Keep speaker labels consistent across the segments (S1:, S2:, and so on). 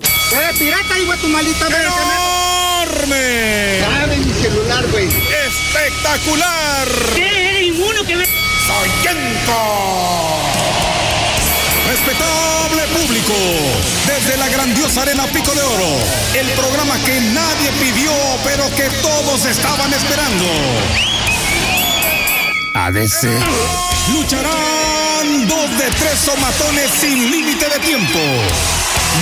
S1: ¡Eres Eh, pirata, hijo de tu maldita madre,
S2: ¡Enorme!
S1: Dame mi celular, güey.
S2: ¡Espectacular!
S3: ¿Qué? ¿Eres ninguno que me...
S2: ¡Soyento! Respetable público, desde la grandiosa arena Pico de Oro, el programa que nadie pidió, pero que todos estaban esperando.
S4: ADC.
S2: Lucharán dos de tres somatones sin límite de tiempo.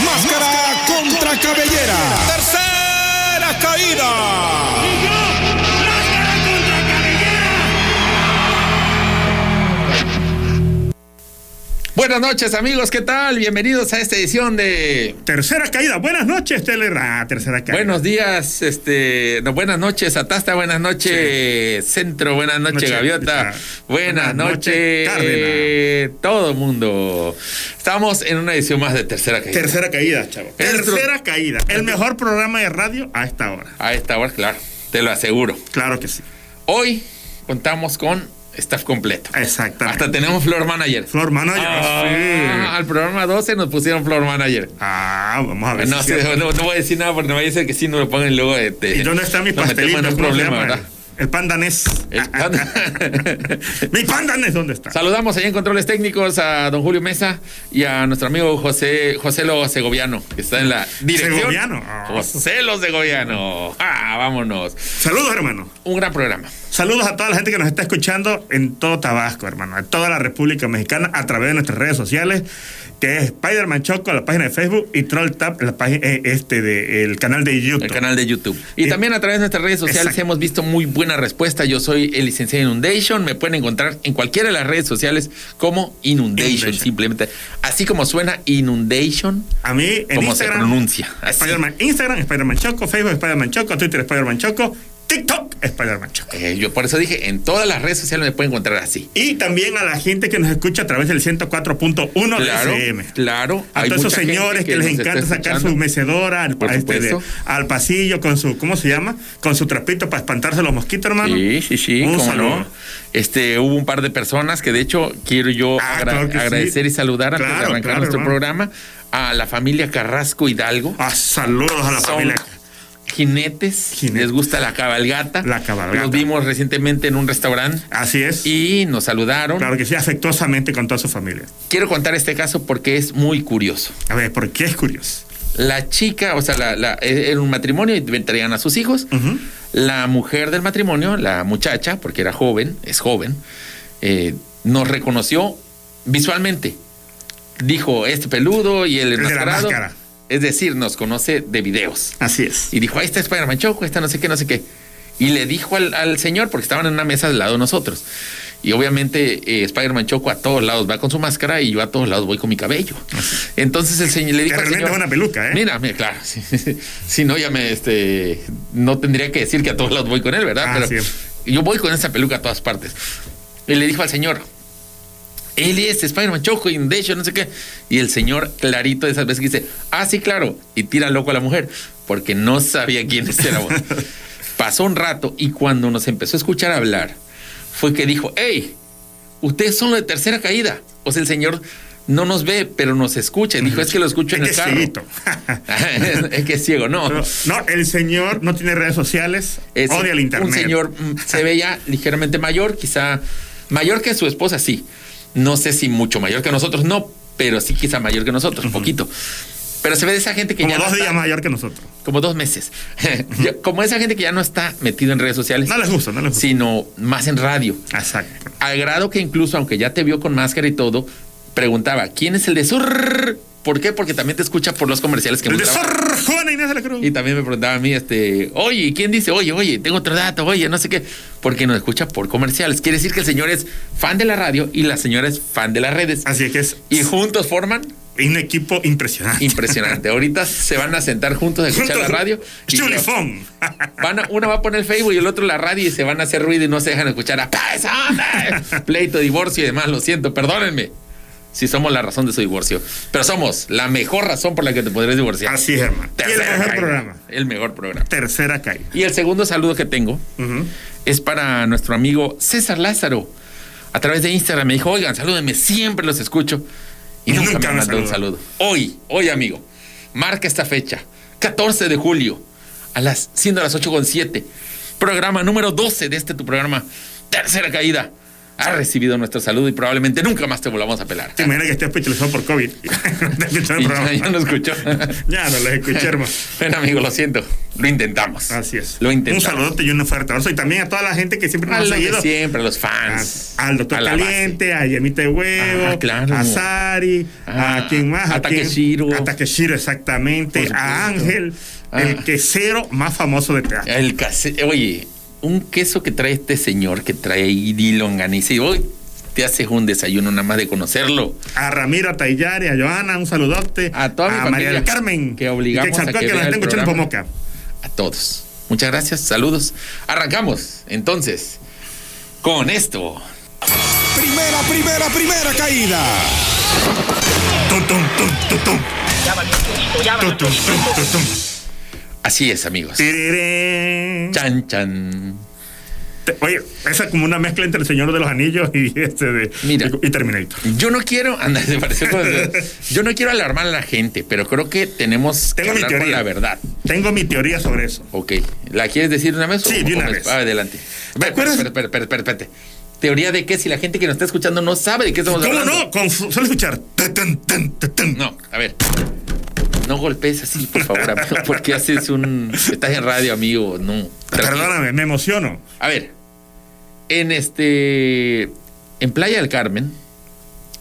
S2: Máscara contra cabellera. Tercera caída.
S3: ¡Y yo! ¡Máscara contra cabellera!
S4: Buenas noches, amigos. ¿Qué tal? Bienvenidos a esta edición de
S5: Tercera caída. Buenas noches, Telera. Ah, tercera caída.
S4: Buenos días, este, no, buenas noches, Atasta, buenas noches, Centro, buenas noches,
S5: Noche,
S4: Gaviota,
S5: está.
S4: buenas,
S5: Buenas noches,
S4: noches, todo mundo. Estamos en una edición más de Tercera Caída.
S5: Tercera caída, chavo.
S4: El tro-
S5: Tercera caída. El mejor programa de radio a esta hora.
S4: A esta hora, claro, te lo aseguro.
S5: Claro que sí.
S4: Hoy contamos con staff completo.
S5: Exactamente.
S4: Hasta tenemos Floor Manager.
S5: Flor Manager.
S4: Ah,
S5: sí.
S4: Al programa 12 nos pusieron Floor Manager.
S5: Ah, vamos a ver.
S4: No,
S5: si
S4: sí,
S5: es cierto.
S4: no, no voy a decir nada porque me va a decir que sí, no me pongan luego este, de... de-
S5: ¿Y dónde está mi
S4: nos metemos
S5: pastelito?
S4: en un
S5: ¿Cómo se
S4: problema,
S5: llama?
S4: ¿verdad?
S5: El pan danés.
S4: El pan-
S5: ah. mi pan danés, ¿dónde está?
S4: Saludamos allá en controles técnicos a don Julio Mesa y a nuestro amigo José José Lo Segoviano, que está en la dirección.
S5: Segoviano. Ah.
S4: José Lo Segoviano. Ah, vámonos.
S5: Saludos, hermano.
S4: Un gran programa.
S5: Saludos a toda la gente que nos está escuchando en todo Tabasco, hermano, en toda la República Mexicana, a través de nuestras redes sociales, que es Spider-Man Choco, la página de Facebook, y Troll Tap, la página eh, este de el canal de YouTube.
S4: El canal de YouTube. Y
S5: Eh,
S4: también a través de nuestras redes sociales
S5: exacto.
S4: hemos visto muy buena respuesta. Yo soy el licenciado Inundation. Me pueden encontrar en cualquiera de las redes sociales como Inundation,
S5: Inundation.
S4: simplemente. Así como suena Inundation.
S5: A mí en
S4: ¿Cómo se
S5: Instagram.
S4: pronuncia? Así.
S5: Spider-Man Instagram, Spider-Man Choco, Facebook Spider-Man Choco, Twitter Spider-Man Choco, TikTok Spider-Man Choco.
S4: Eh, yo por eso dije, en todas las redes sociales me pueden encontrar así.
S5: Y también a la gente que nos escucha a través del 104.1
S4: Claro,
S5: de FM.
S4: claro.
S5: A
S4: Hay
S5: todos esos
S4: mucha gente
S5: señores que, les
S4: nos está
S5: encanta sacar
S4: escuchando.
S5: su mecedora al,
S4: Por
S5: a este de-
S4: supuesto.
S5: al pasillo con su, ¿cómo se llama? Con su trapito para espantarse los mosquitos, hermano.
S4: Sí, sí, sí,
S5: Un
S4: cómo
S5: saludo.
S4: no. Este, hubo un par de personas que de hecho quiero yo
S5: Ah,
S4: agra-
S5: claro que sí.
S4: agradecer y saludar antes de
S5: Claro,
S4: arrancar
S5: claro,
S4: nuestro
S5: hermano.
S4: programa a la familia Carrasco Hidalgo.
S5: Ah, saludos a la
S4: Son
S5: familia.
S4: Jinetes,
S5: Jinetes.
S4: les gusta la cabalgata.
S5: La cabalgata.
S4: Los vimos recientemente en un restaurante
S5: Así es.
S4: y nos saludaron.
S5: claro que sí, afectuosamente con toda su familia.
S4: Quiero contar este caso porque es muy curioso.
S5: A ver, porque es curioso.
S4: La chica, o sea, la- la- e, era un matrimonio y traían a sus hijos.
S5: Ujú.
S4: La mujer del matrimonio, la muchacha, porque era joven, es joven, eh, nos reconoció visualmente. Dijo, este peludo y el
S5: El de la
S4: enmascarado.
S5: máscara.
S4: Es decir, nos conoce de videos.
S5: Así es.
S4: Y dijo, ahí está Spider-Man Choco, esta no sé qué, no sé qué. Y le dijo al, al señor, porque estaban en una mesa al lado de nosotros. Y obviamente eh, Spider-Man Choco a todos lados va con su máscara y yo a todos lados voy con mi cabello. Entonces el señor le
S5: Que
S4: dijo... al
S5: realmente
S4: señor,
S5: es una peluca, ¿eh?
S4: Mira, mira, claro. sí, si no, ya me, este, no tendría que decir que a todos lados voy con él, ¿verdad?
S5: Ah,
S4: Pero
S5: sí.
S4: yo voy con esa peluca a todas partes. Y le dijo al señor, él es Spider-Man Choco, Inundation, no sé qué. Y el señor clarito de esas veces que dice, ah, sí, claro. Y tira loco a la mujer, porque no sabía quién era. bueno. Pasó un rato y cuando nos empezó a escuchar hablar, fue que dijo, hey, ustedes son los de tercera caída. O sea, el señor no nos ve, pero nos escucha. Y Dijo, es que lo escucho en
S5: Es
S4: el
S5: que es
S4: carro.
S5: cieguito.
S4: es que es ciego, no.
S5: Pero, no, el señor no tiene redes sociales,
S4: Es
S5: odia el internet.
S4: Un señor mm, se veía ligeramente mayor, quizá mayor que su esposa, sí. No sé si mucho mayor que nosotros, no, pero sí quizá mayor que nosotros, poquito. Pero se ve de esa gente que
S5: como
S4: ya no
S5: dos
S4: está-
S5: días mayor que nosotros.
S4: como dos meses. Yo- como esa gente que ya no está metido en redes sociales,
S5: No les gusta, no les gusta.
S4: sino más en radio.
S5: Exacto.
S4: Al grado que incluso, aunque ya te vio con máscara y todo, preguntaba, ¿quién es el de Sur? ¿Por qué? Porque también te escucha por los comerciales que
S5: El de
S4: mostraba.
S5: Sor Juana Inés de la Cruz.
S4: Y también me preguntaba a mí, este, oye, ¿y ¿quién dice? Oye, oye, tengo otro dato, oye, no sé qué. Porque nos escucha por comerciales. Quiere decir que el señor es fan de la radio y la señora es fan de las redes.
S5: Así que es
S4: Y juntos forman
S5: un equipo impresionante.
S4: impresionante. Ahorita se van a sentar juntos a escuchar la
S5: Juntos-
S4: radio. y
S5: Chulifón.
S4: van a- uno va a poner el Facebook y el otro la radio y se van a hacer ruido y no se dejan escuchar a ¡Pesante! pleito, divorcio y demás. Lo siento, perdónenme. Si somos la razón de su divorcio. Pero somos la mejor razón por la que te podrías divorciar.
S5: Así es, hermano. Y el
S4: Tercera
S5: mejor
S4: caída.
S5: programa.
S4: El mejor programa.
S5: Tercera caída.
S4: Y el segundo saludo que tengo
S5: Ujú.
S4: es para nuestro amigo César Lázaro. A través de Instagram me dijo, oigan, salúdenme, siempre los escucho. Y nunca, me mandó un
S5: saluda.
S4: saludo. Hoy, hoy, amigo. Marca esta fecha. 14 de julio, a las, siendo las 8.7. Programa número 12 de este tu programa. Tercera caída. Ha recibido nuestro saludo y probablemente nunca más te volvamos a pelar.
S5: Te imaginas que esté hospitalizado por COVID. No escuchó el
S4: Ah. Y
S5: programa.
S4: ya no escuchó.
S5: Ya no los escuché, hermano.
S4: Bueno, amigo, lo siento. Lo intentamos.
S5: Así es.
S4: Lo
S5: Un
S4: intentamos.
S5: saludote y un fuerte abrazo. Y también a toda la gente que siempre nos
S4: A
S5: ha
S4: los de
S5: seguido.
S4: siempre, a los
S5: A-
S4: fans.
S5: Al doctor
S4: A la
S5: Caliente, a Yamita de Huevo,
S4: Ah, claro.
S5: a Sari,
S4: Ah,
S5: a quien más.
S4: a
S5: quien-
S4: Takeshiro.
S5: A Takeshiro, exactamente.
S4: Por
S5: A
S4: supuesto.
S5: Ángel,
S4: Ah.
S5: el quesero más famoso de teatro.
S4: base. El case- Oye, un queso que trae este señor que trae ahí de longaniza y hoy te haces un desayuno nada más de conocerlo.
S5: A Ramiro, a Tayari, a Joana, un saludote.
S4: Eh. A toda mi
S5: María
S4: familia
S5: del Carmen.
S4: que obligamos
S5: y Chalcó,
S4: a que
S5: nos
S4: vea el
S5: estén escuchando en
S4: programa.
S5: Pomoca.
S4: A todos. Muchas gracias, saludos. Arrancamos entonces con esto.
S2: Primera, primera, primera caída.
S5: Tum, tum, tum, tum, tum. Tum, tum, tum, tum, tum.
S4: Así es, amigos.
S5: Tirerén.
S4: Chan, chan.
S5: Te- Oye, esa es como una mezcla entre El Señor de los Anillos y este de
S4: Mira.
S5: y Terminator.
S4: Yo no quiero, anda, se pareció como- yo no quiero alarmar a la gente, pero creo que tenemos que
S5: Tengo mi
S4: hablar con
S5: teoría.
S4: la verdad.
S5: Tengo mi teoría sobre eso.
S4: Ok, ¿la quieres decir de una vez? o
S5: Sí, de una
S4: cómo es?
S5: vez.
S4: Ah, adelante. Espera, espera,
S5: acuerdas?
S4: espera, espera, espera, espera. Teoría de que si la gente que nos está escuchando no sabe de qué estamos
S5: ¿Cómo
S4: hablando.
S5: no? Con, solo escuchar. ta, tan, tan, ta, tan.
S4: No, a ver. No golpees así, por favor, amigo, porque haces un... Estás en radio, amigo, no. Tranquilo.
S5: Perdóname, me emociono.
S4: A ver, en este... En Playa del Carmen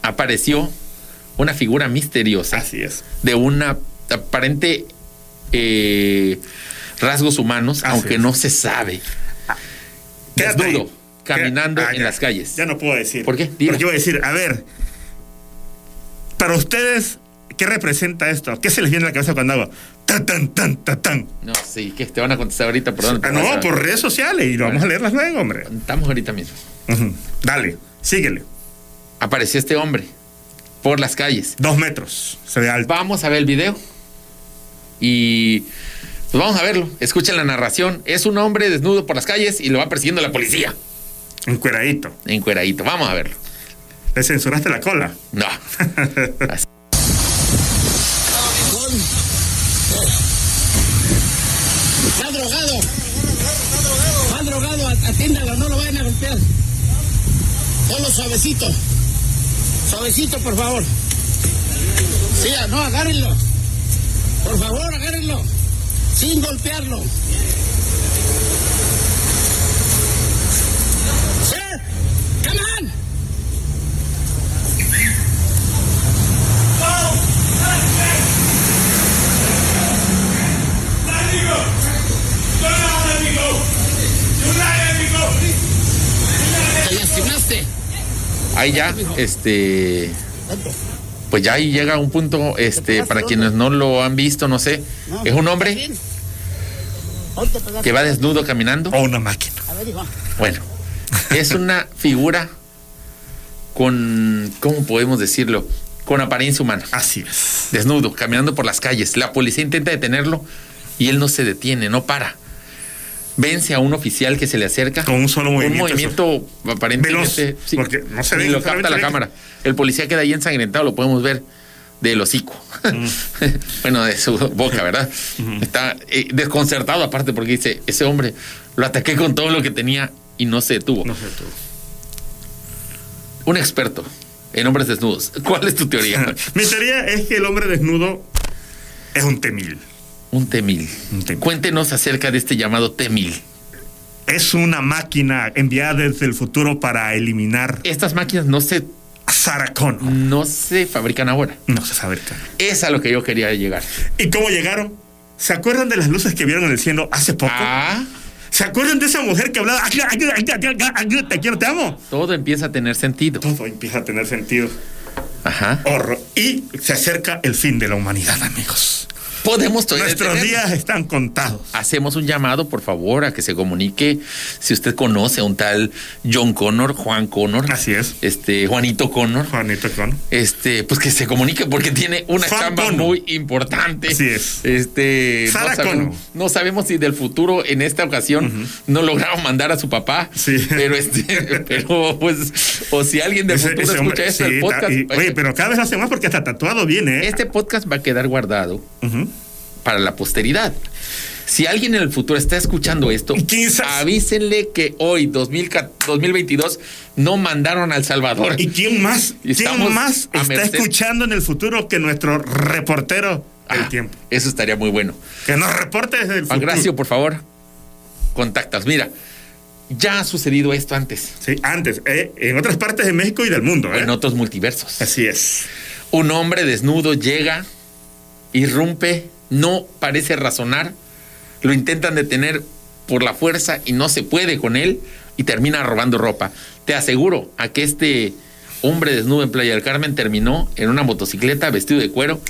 S4: apareció una figura misteriosa
S5: Así es.
S4: de una aparente eh, rasgos humanos,
S5: Así
S4: aunque
S5: es.
S4: no se sabe.
S5: Quédate
S4: Desnudo,
S5: ahí.
S4: caminando
S5: Queda-
S4: en
S5: ya.
S4: las calles.
S5: Ya no puedo decir.
S4: ¿Por qué? Dilo.
S5: Porque voy a decir, a ver, para ustedes, ¿qué representa esto? ¿Qué se les viene a la cabeza cuando hago ta, tan, tan, ta, tan?
S4: No, sí, que te van a contestar ahorita, perdón.
S5: Ah, no, por redes sociales y lo vamos a leerlas luego, hombre.
S4: Estamos ahorita mismo.
S5: Ujú. Dale, síguele.
S4: Apareció este hombre por las calles.
S5: Dos metros. Se ve alto.
S4: Vamos a ver el video y pues vamos a verlo. Escuchen la narración. Es un hombre desnudo por las calles y lo va persiguiendo la policía.
S5: Encueradito.
S4: Encueradito. Vamos a verlo.
S5: Le censuraste la cola.
S4: No.
S6: Está drogado. Está drogado, atiéndalo, no lo vayan a golpear. Solo suavecito. Suavecito, por favor. Sí, ah, no, agárrenlo. Por favor, agárrenlo. Sin golpearlo. Sir, come on. Te lastimaste.
S4: Ahí ya, este. Pues ya ahí llega un punto, este, para quienes no lo han visto, no sé. Es un hombre
S6: Ponte a pegar.
S4: que va desnudo caminando.
S5: O una máquina.
S6: A ver, Iván.
S4: Bueno, es una figura con, ¿cómo podemos decirlo? Con apariencia humana,
S5: Así es.
S4: desnudo, caminando por las calles. La policía intenta detenerlo y él no se detiene, no para. Vence a un oficial que se le acerca.
S5: Con un solo movimiento,
S4: Un movimiento aparentemente.
S5: Veloz, porque no se
S4: ni
S5: ve,
S4: lo
S5: solamente
S4: capta la
S5: ve que-
S4: cámara. El policía queda ahí ensangrentado, lo podemos ver del hocico.
S5: Mm.
S4: bueno, de su boca, ¿verdad? Está eh, desconcertado aparte porque dice, ese hombre lo ataqué con todo lo que tenía y no se detuvo.
S5: No sé tú.
S4: Un experto en hombres desnudos. ¿Cuál es tu teoría?
S5: Mi teoría es que el hombre desnudo es un temil.
S4: Un temil.
S5: Un temil.
S4: Cuéntenos acerca de este llamado temil.
S5: Es una máquina enviada desde el futuro para eliminar
S4: Estas máquinas no se,
S5: a Sarah Connor.
S4: no se fabrican ahora.
S5: No se fabrica.
S4: Es a lo que yo quería llegar.
S5: ¿Y cómo llegaron? ¿Se acuerdan de las luces que vieron en el cielo hace poco?
S4: Ah,
S5: ¿Se acuerdan de esa mujer que hablaba? "Ayuda, ayuda, ayuda, ayuda, ayuda, Te quiero, te amo.
S4: todo empieza a tener sentido.
S5: Todo empieza a tener sentido.
S4: Ajá.
S5: Horror. Y se acerca el fin de la humanidad, amigos.
S4: podemos todavía
S5: Nuestros
S4: detenernos.
S5: días están contados.
S4: Hacemos un llamado, por favor, a que se comunique. Si usted conoce a un tal John Connor, Juan Connor,
S5: Así es.
S4: este Juanito Connor,
S5: Juanito Con.
S4: este, pues que se comunique porque tiene una
S5: Juan
S4: chamba
S5: Cono.
S4: muy importante.
S5: Así es.
S4: Este, no,
S5: Sara
S4: sabemos,
S5: Cono.
S4: no sabemos si del futuro en esta ocasión no lograron mandar a su papá.
S5: Sí.
S4: Pero este, pero pues, o si alguien del
S5: Ese-
S4: futuro
S5: ese
S4: escucha
S5: hombre,
S4: esto,
S5: sí,
S4: el
S5: ta-
S4: podcast. pues.
S5: y- oye, pero cada vez hace más porque hasta tatuado viene. ¿eh?
S4: Este podcast va a quedar guardado
S5: Ujú.
S4: para la posteridad. Si alguien en el futuro está escuchando esto,
S5: Quizás.
S4: avísenle que hoy, 2000 ca- 2022, no mandaron al Salvador.
S5: ¿Y quién más?
S4: Y estamos
S5: ¿Quién más
S4: a
S5: está
S4: merced.
S5: escuchando en el futuro que nuestro reportero del
S4: Ah,
S5: tiempo?
S4: Eso estaría muy bueno.
S5: Que nos reporte desde el futuro.
S4: Pancracio, por favor, contactas. Mira, ya ha sucedido esto antes,
S5: Sí, antes, eh, en otras partes de México y del mundo. ¿eh?
S4: en otros multiversos.
S5: Así es.
S4: Un hombre desnudo llega, irrumpe, no parece razonar, lo intentan detener por la fuerza y no se puede con él y termina robando ropa. Te aseguro a que este hombre desnudo en Playa del Carmen terminó en una motocicleta vestido de cuero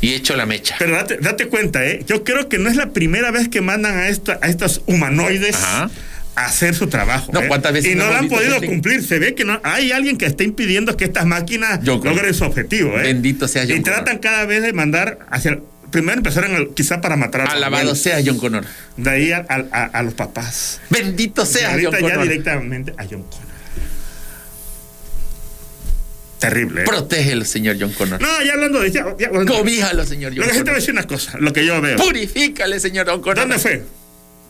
S4: y hecho la mecha.
S5: Pero date, date cuenta, ¿eh? Yo creo que no es la primera vez que mandan a, esta, a estos humanoides
S4: Ajá.
S5: a hacer su trabajo.
S4: No,
S5: ¿eh?
S4: ¿cuántas veces
S5: Y
S4: no
S5: no lo
S4: hemos
S5: han
S4: visto
S5: podido
S4: gente?
S5: cumplir. Se ve que no hay alguien que está impidiendo que estas máquinas
S4: Yo creo.
S5: logren su objetivo. ¿eh?
S4: Bendito sea John
S5: Y tratan
S4: Connor.
S5: cada vez de mandar hacia. Primero empezaron al- quizá para matar a los
S4: Alabado
S5: abuelos.
S4: sea John Connor.
S5: De ahí a, a- a- a los papás.
S4: Bendito
S5: Y
S4: sea John
S5: ahorita ya
S4: Connor.
S5: directamente a John Connor. Terrible. ¿eh?
S4: Protégelo, señor John Connor.
S5: No, ya hablando de. Ya, ya-
S4: Cobíjalo, señor
S5: Lo
S4: John
S5: que sí te
S4: Connor.
S5: voy a decir una cosa, lo que yo veo.
S4: Purifícale, señor John Connor.
S5: ¿Dónde fue?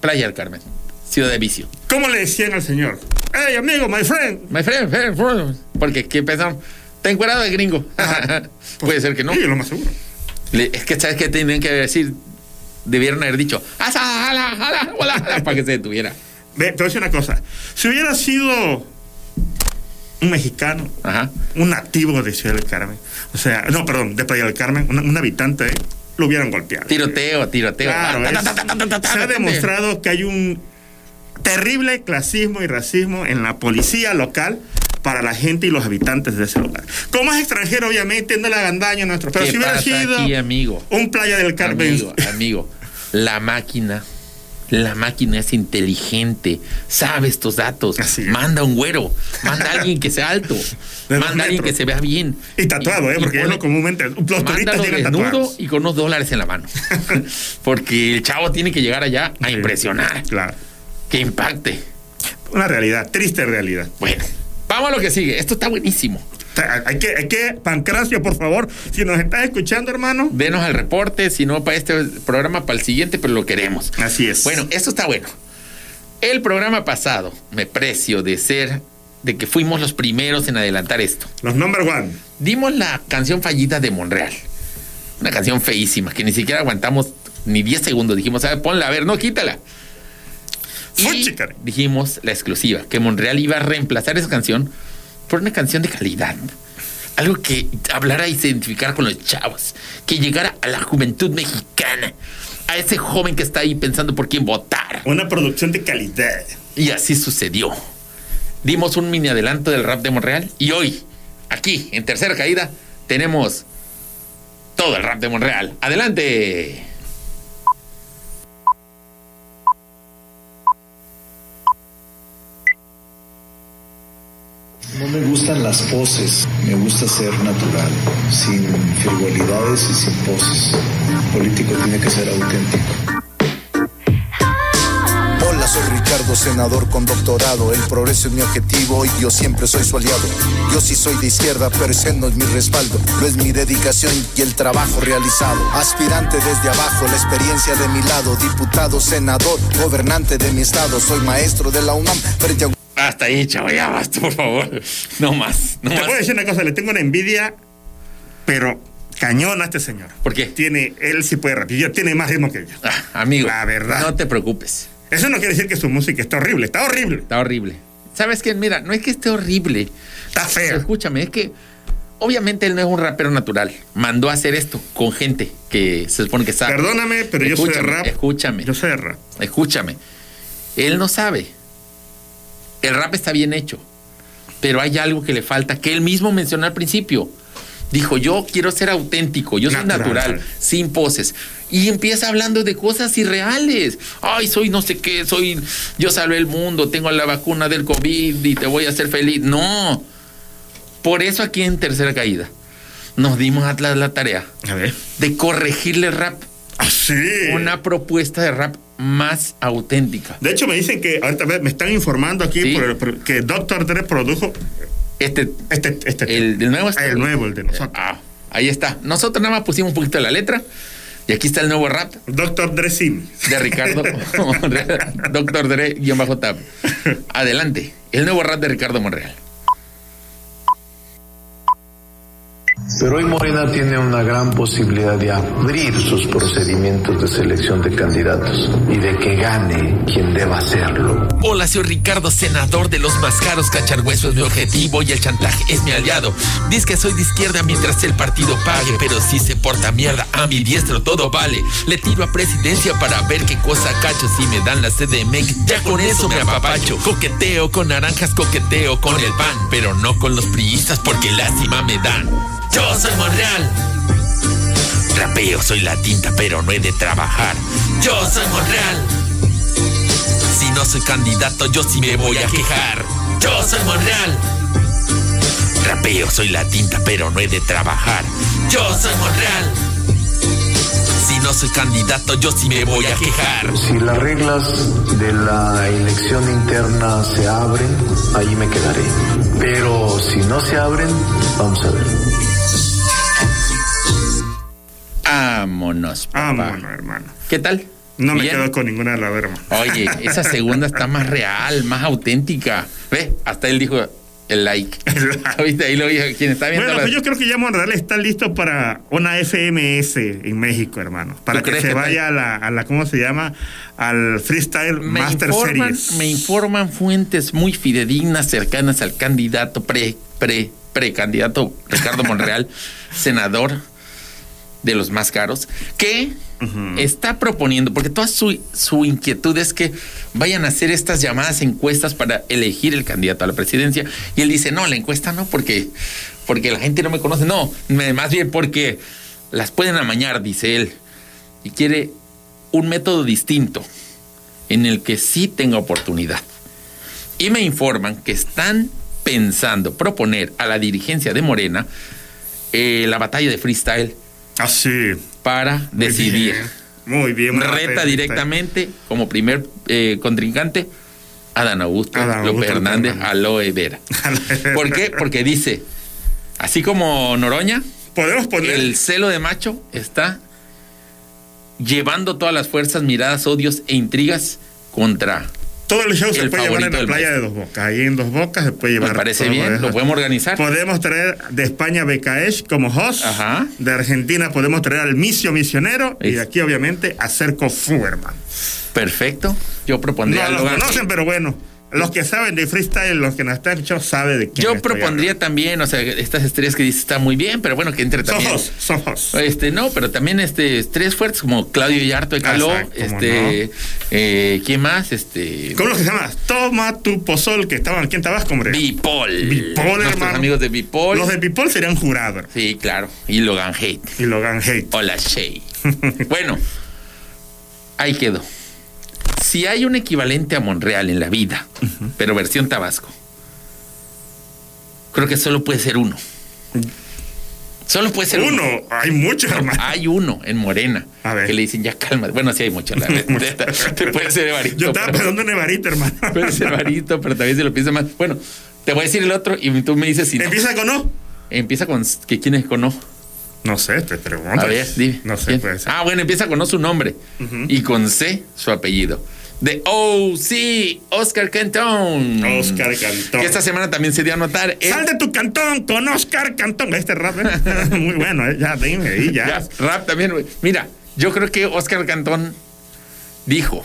S4: Playa del Carmen, Ciudad de Vicio.
S5: ¿Cómo le decían al señor? Hey, amigo, my friend.
S4: My friend, friend, friend. Porque aquí empezaron. Está encuerado de gringo.
S5: Ajá.
S4: Puede ser que no.
S5: Sí, lo más seguro.
S4: Le- es que, ¿sabes qué tenían que decir? Debieron haber dicho, "Asa, ala, ala, hola, ala", para que se detuviera.
S5: Ve, te voy a decir una cosa. Si hubiera sido un mexicano,
S4: Ajá.
S5: un nativo de Ciudad del Carmen, o sea, no, perdón, de Playa del Carmen, un, un habitante, eh, lo hubieran golpeado.
S4: Tiroteo, tiroteo.
S5: Claro,
S4: Eh, Ta, ta,
S5: es-
S4: ta, ta, ta, ta, ta, ta,
S5: se ha
S4: ta,
S5: demostrado que hay un terrible clasismo y racismo en la policía local para la gente y los habitantes de ese lugar. Como es extranjero, obviamente, no le hagan daño a nuestros. Pero
S4: ¿Qué
S5: si hubiera
S4: pasa
S5: sido
S4: aquí, amigo?
S5: un Playa del Carmen.
S4: Amigo, amigo, la máquina, la máquina es inteligente, sabe estos datos.
S5: Así es.
S4: Manda un güero, manda a alguien que sea alto,
S5: De dos
S4: manda a alguien
S5: metros.
S4: que se vea bien.
S5: Y tatuado, ¿eh? Porque es lo
S4: pone-
S5: comúnmente. Los turistas
S4: Mándalo
S5: llegan
S4: desnudo
S5: tatuados.
S4: y con unos dólares en la mano. Porque el chavo tiene que llegar allá a impresionar,
S5: Claro.
S4: que impacte.
S5: Una realidad, triste realidad.
S4: Bueno, vamos a lo que sigue. Esto está buenísimo.
S5: O sea, Hay que, hay que, Pancracio, por favor, si nos estás escuchando, hermano.
S4: Denos el reporte, si no para este programa, para el siguiente, pero lo queremos.
S5: Así es.
S4: Bueno, esto está bueno. El programa pasado me precio de ser, de que fuimos los primeros en adelantar esto.
S5: Los number one.
S4: Dimos la canción fallida de Monreal. Una canción feísima, que ni siquiera aguantamos ni 10 segundos. Dijimos, a ver, ponla, a ver, no, quítala. Y
S5: Fuchicare.
S4: dijimos la exclusiva, que Monreal iba a reemplazar esa canción por una canción de calidad. Algo que hablara y se identificara con los chavos, que llegara a la juventud mexicana, a ese joven que está ahí pensando por quién votar.
S5: Una producción de calidad.
S4: Y así sucedió. Dimos un mini adelanto del rap de Monreal y hoy, aquí, en tercera caída, tenemos todo el rap de Monreal. Adelante.
S7: No me gustan las poses, me gusta ser natural, sin frivolidades y sin poses. El político tiene que ser auténtico.
S8: Hola, soy Ricardo, senador con doctorado. El progreso es mi objetivo y yo siempre soy su aliado. Yo sí soy de izquierda, pero ese no es mi respaldo. Lo es mi dedicación y el trabajo realizado. Aspirante desde abajo, la experiencia de mi lado. Diputado, senador, gobernante de mi estado. Soy maestro de la UNAM frente a un
S4: Hasta ahí, chavo, ya basta, por favor. No más, no
S5: Te
S4: más.
S5: voy a decir una cosa, le tengo una envidia, pero cañona a este señor.
S4: ¿Por qué?
S5: Tiene, él sí puede repetir, tiene más ritmo que yo.
S4: Ah, amigo,
S5: La verdad.
S4: no te preocupes.
S5: Eso no quiere decir que su música está horrible, está horrible,
S4: Está horrible. ¿Sabes qué? Mira, no es que esté horrible.
S5: está fea.
S4: Escúchame, es que obviamente él no es un rapero natural. Mandó a hacer esto con gente que se supone que sabe.
S5: Perdóname, pero yo soy de
S4: Escúchame,
S5: rap.
S4: Escúchame.
S5: Yo soy de rap.
S4: Escúchame, él no sabe. El rap está bien hecho, pero hay algo que le falta que él mismo mencionó al principio. Dijo, yo quiero ser auténtico, yo soy
S5: Natural.
S4: natural, sin poses. Y empieza hablando de cosas irreales. Ay, soy no sé qué, soy, yo salvé el mundo, tengo la vacuna del COVID y te voy a hacer feliz. No. Por eso aquí en Tercera Caída nos dimos a Atlas la tarea
S5: A ver.
S4: de corregirle rap,
S5: Así.
S4: una propuesta de rap más auténtica.
S5: Eh. De hecho, me dicen que, ahorita me- me están informando aquí
S4: Sí.
S5: por- por- que Doctor Dre produjo
S4: Este,
S5: este. este
S4: el, el nuevo está-
S5: el nuevo, el de nosotros.
S4: Ah, ahí está. Nosotros nada más pusimos un poquito de la letra y aquí está el nuevo rap
S5: Doctor Dre Sim.
S4: de Ricardo Doctor Dre guión bajo tab. Adelante, el nuevo rap de Ricardo Monreal.
S9: Pero hoy Morena tiene una gran posibilidad de abrir sus procedimientos de selección de candidatos y de que gane quien deba hacerlo.
S4: Hola, soy Ricardo, senador de los más caros. Cacharhueso es mi objetivo y el chantaje es mi aliado. Dice que soy de izquierda mientras el partido pague, pero si se porta mierda a mi diestro todo vale. Le tiro a presidencia para ver qué cosa cacho si me dan la CDMX. Ya con eso me apapacho. Coqueteo con naranjas, coqueteo con el pan, pero no con los priistas porque lástima me dan. Yo soy Monreal. Rapeo, soy la tinta, pero no he de trabajar. Yo soy Monreal. Si no soy candidato, yo sí me voy a quejar. Yo soy Monreal. Rapeo, soy la tinta, pero no he de trabajar. Yo soy Monreal. Si no soy candidato, yo sí me voy a quejar.
S9: Si las reglas de la elección interna se abren, allí me quedaré. Pero si no se abren, vamos a ver.
S4: Vámonos.
S5: Ah, bueno, hermano.
S4: ¿Qué tal?
S5: No me quedo con ninguna de las dos, hermano.
S4: Oye, esa segunda está más real, más auténtica. ¿Ves? Hasta él dijo el like. ¿Viste? Ahí lo dijo. Quien está viendo
S5: Bueno,
S4: la-
S5: pues yo creo que ya Monreal está listo para una FMS en México, hermano. Para
S4: ¿Tú
S5: que
S4: crees
S5: se
S4: que está
S5: vaya a la, a la, ¿cómo se llama? Al Freestyle
S4: Me
S5: Master
S4: informan,
S5: Series.
S4: me informan fuentes muy fidedignas cercanas al candidato pre pre precandidato Ricardo Monreal, senador de los más caros, que está proponiendo, porque toda su, su inquietud es que vayan a hacer estas llamadas encuestas para elegir el candidato a la presidencia. Y él dice, no, la encuesta no, porque, porque la gente no me conoce. No, me- más bien porque las pueden amañar, dice él. Y quiere un método distinto en el que sí tenga oportunidad. Y me informan que están pensando proponer a la dirigencia de Morena eh, la batalla de freestyle
S5: Ah, sí.
S4: para
S5: Muy
S4: decidir.
S5: bien. Muy bien. muy
S4: Reta
S5: bien.
S4: directamente como primer eh, contrincante a Dan Augusto,
S5: Adán Augusto
S4: López Hernández,
S5: Hernández.
S4: Aloe Vera. ¿Por qué? Porque dice, así como Noroña,
S5: Podemos poner.
S4: el celo de macho está llevando todas las fuerzas, miradas, odios e intrigas contra
S5: Todo el show se
S4: el
S5: puede llevar
S4: favorito
S5: en la
S4: del
S5: playa de
S4: maestro.
S5: Dos Bocas. Ahí en Dos Bocas se puede llevar.
S4: Me parece
S5: todo
S4: bien,
S5: eso.
S4: lo podemos organizar.
S5: Podemos traer de España a Becaesh como host.
S4: Ajá.
S5: De Argentina podemos traer al Misio Misionero. Y de aquí, obviamente, a Cerco Fu, hermano.
S4: Perfecto. Yo propondría
S5: No los
S4: algo así.
S5: conocen, pero bueno. Los que saben de freestyle, los que nos están escuchando, saben de quién.
S4: Yo
S5: estoy
S4: propondría también, o sea, estas estrellas que dice está muy bien, pero bueno, que entre
S5: hablando.
S4: también.
S5: Sojos, sojos.
S4: Este, no, pero también este estrellas fuertes como Claudio Yarto de Caló,
S5: Exacto, cómo
S4: este, eh, ¿quién más? Este
S5: ¿Cómo es que se llama? Toma tu pozol, que estaban aquí en Tabasco, hombre.
S4: Bipol.
S5: Bipol,
S4: Nuestros
S5: hermano.
S4: amigos de Bipol.
S5: Los de Bipol serían jurados.
S4: Sí, claro. Y Logan Hate.
S5: Y Logan Hate.
S4: Hola, Shay. bueno, ahí quedó. Si hay un equivalente a Monreal en la vida, pero versión Tabasco, creo que solo puede ser uno. Solo puede ser uno.
S5: Uno, hay
S4: Ah,
S5: muchos, hermano.
S4: Hay uno en Morena
S5: A ver.
S4: que le dicen ya calma. Bueno, sí hay muchos. La verdad. Te puede ser varito.
S5: Yo estaba
S4: pero,
S5: esperando un nevarito, hermano.
S4: puede ser varito, pero también se lo piensa más. Bueno, te voy a decir el otro y tú me dices si no.
S5: ¿Empieza con no?
S4: Empieza con que quién es con no.
S5: No sé, te pregunto.
S4: A ver, dime.
S5: No sé,
S4: ¿Quién?
S5: puede ser.
S4: Ah, bueno, empieza con no su nombre y con C su apellido. De OC, Oscar Cantón.
S5: Oscar Cantón.
S4: Que esta semana también se dio a notar. el-
S5: Sal de tu cantón con Oscar Cantón. Este rap, ¿eh? Muy bueno, ¿eh? ya, dime, ahí, ya.
S4: Ya, rap también. güey. Mira, yo creo que Oscar Cantón dijo: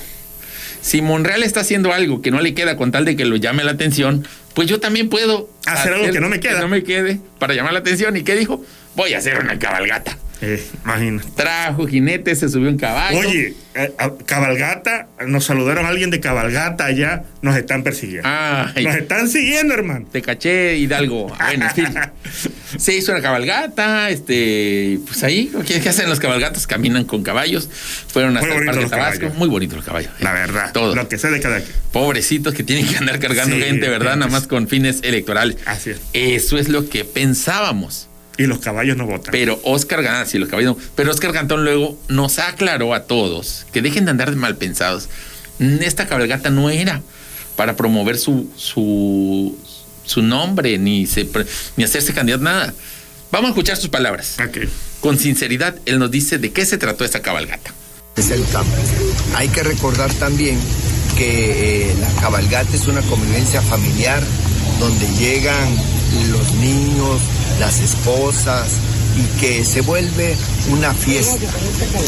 S4: si Monreal está haciendo algo que no le queda con tal de que lo llame la atención, pues yo también puedo
S5: Hacer algo que no me queda.
S4: no me quede para llamar la atención. ¿Y qué dijo? Voy a hacer una cabalgata.
S5: Eh, imagínate.
S4: Trajo jinetes, se subió un caballo.
S5: Oye, eh, a- cabalgata, nos saludaron a alguien de cabalgata allá, nos están persiguiendo.
S4: Ay.
S5: Nos están siguiendo, hermano.
S4: Te caché, Hidalgo. Bueno, en fin. Se hizo una cabalgata, este, pues ahí, ¿qué, qué hacen los cabalgatas? Caminan con caballos, fueron hasta
S5: Muy
S4: el
S5: bonito
S4: Parque
S5: los
S4: Tabasco.
S5: caballos.
S4: Muy bonito los caballos. ¿eh?
S5: La verdad,
S4: Todo.
S5: lo que sé de cada quien.
S4: Pobrecitos que tienen que andar cargando
S5: Sí,
S4: gente, ¿verdad?
S5: gente.
S4: Nada más con fines electorales.
S5: Así es.
S4: Eso es lo que pensábamos.
S5: Y los caballos no votan.
S4: Pero Oscar Gantón, sí, los caballos, no. pero Oscar Gantón luego nos aclaró a todos que dejen de andar de mal pensados. Mm, Esta cabalgata no era para promover su, su, su nombre, ni, se, pre- ni hacerse candidato, nada. Vamos a escuchar sus palabras.
S5: Ok.
S4: Con sinceridad, él nos dice de qué se trató esta cabalgata.
S10: es el campo. Hay que recordar también que eh, la cabalgata es una convivencia familiar donde llegan los niños, las esposas y que se vuelve una fiesta.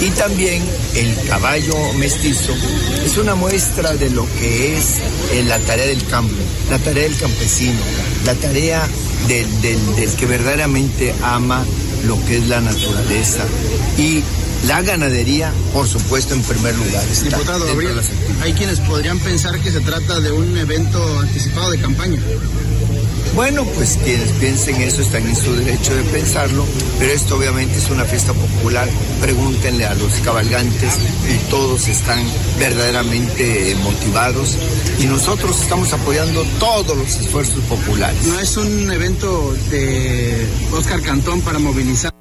S10: Y también el caballo mestizo es una muestra de lo que es eh, la tarea del campo, la tarea del campesino, la tarea del, del- del que verdaderamente ama lo que es la naturaleza y la ganadería, por supuesto, en primer lugar. está
S6: Diputado
S10: dentro de
S6: Gabriel,
S10: las-
S6: hay quienes podrían pensar que se trata de un evento anticipado de campaña.
S10: Bueno, pues quienes piensen eso están en su derecho de pensarlo, pero esto obviamente es una fiesta popular. Pregúntenle a los cabalgantes y todos están verdaderamente eh, motivados y nosotros estamos apoyando todos los esfuerzos populares.
S6: No es un evento de Oscar Cantón para movilizar.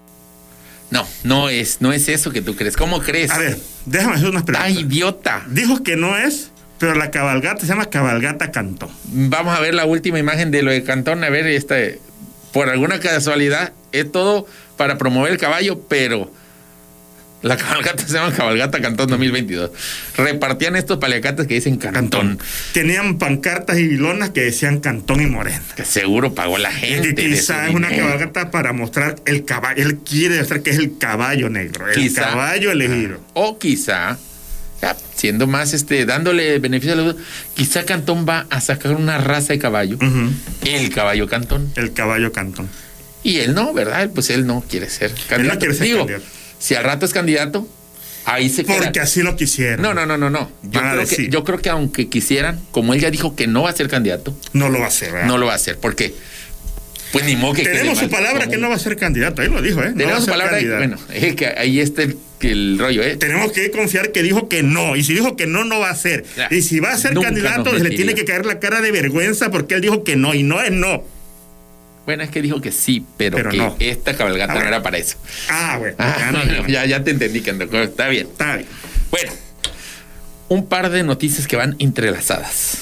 S4: No, no es, no es eso que tú crees. ¿Cómo crees?
S5: A ver, déjame hacer unas preguntas.
S4: ¡Ay, idiota!
S5: Dijo que no es, pero la cabalgata se llama Cabalgata Cantón.
S4: Vamos a ver la última imagen de lo de Cantón. A ver, este, por alguna casualidad, es todo para promover el caballo, pero la cabalgata se llama Cabalgata Cantón 2022. Repartían estos paliacates que dicen Cantón.
S5: Tenían pancartas y lonas que decían Cantón y Morena.
S4: Que seguro pagó la gente.
S5: Y
S4: de su
S5: quizás es una
S4: dinero.
S5: cabalgata para mostrar el caballo. Él quiere mostrar que es el caballo negro, el
S4: Quizá.
S5: caballo elegido.
S4: O quizá, ya, siendo más, este, dándole beneficio a los quizá Cantón va a sacar una raza de caballo,
S5: Ujú,
S4: el caballo Cantón.
S5: El caballo Cantón.
S4: Y él no, ¿verdad? Él, Pues él no quiere ser candidato.
S5: quiere ser
S4: Digo,
S5: candidato.
S4: si al rato es candidato, ahí se queda.
S5: Porque así lo quisieron.
S4: No, no, no, no, no. Yo
S5: Van a
S4: creo, que,
S5: decir.
S4: yo creo que aunque quisieran, como él ya dijo que no va a ser candidato,
S5: No lo va a hacer. ¿verdad?
S4: no lo va a hacer. ¿Por qué? Pues ni modo que quede
S5: Ah. Tenemos su
S4: mal.
S5: palabra
S4: Como-
S5: que no va a ser candidato. Ahí lo dijo, ¿eh? No va a
S4: Tenemos su
S5: ser
S4: palabra. de-
S5: candidato.
S4: Bueno, es que ahí está el, el rollo, ¿eh?
S5: Tenemos que confiar que dijo que no. Y si dijo que no, no va a ser.
S4: Claro.
S5: Y si va a ser
S4: Nunca
S5: candidato,
S4: nos
S5: le tiene
S4: mentiría.
S5: que caer la cara de vergüenza porque él dijo que no. Y no es no.
S4: Bueno, es que dijo que sí, pero,
S5: Pero
S4: que
S5: no.
S4: esta cabalgata
S5: Ah,
S4: no
S5: bueno.
S4: era para eso.
S5: Ah, bueno.
S4: Ah,
S5: ya no, ya no.
S4: ya, ya te entendí, que Está bien.
S5: Está bien.
S4: Bueno, un par de noticias que van entrelazadas.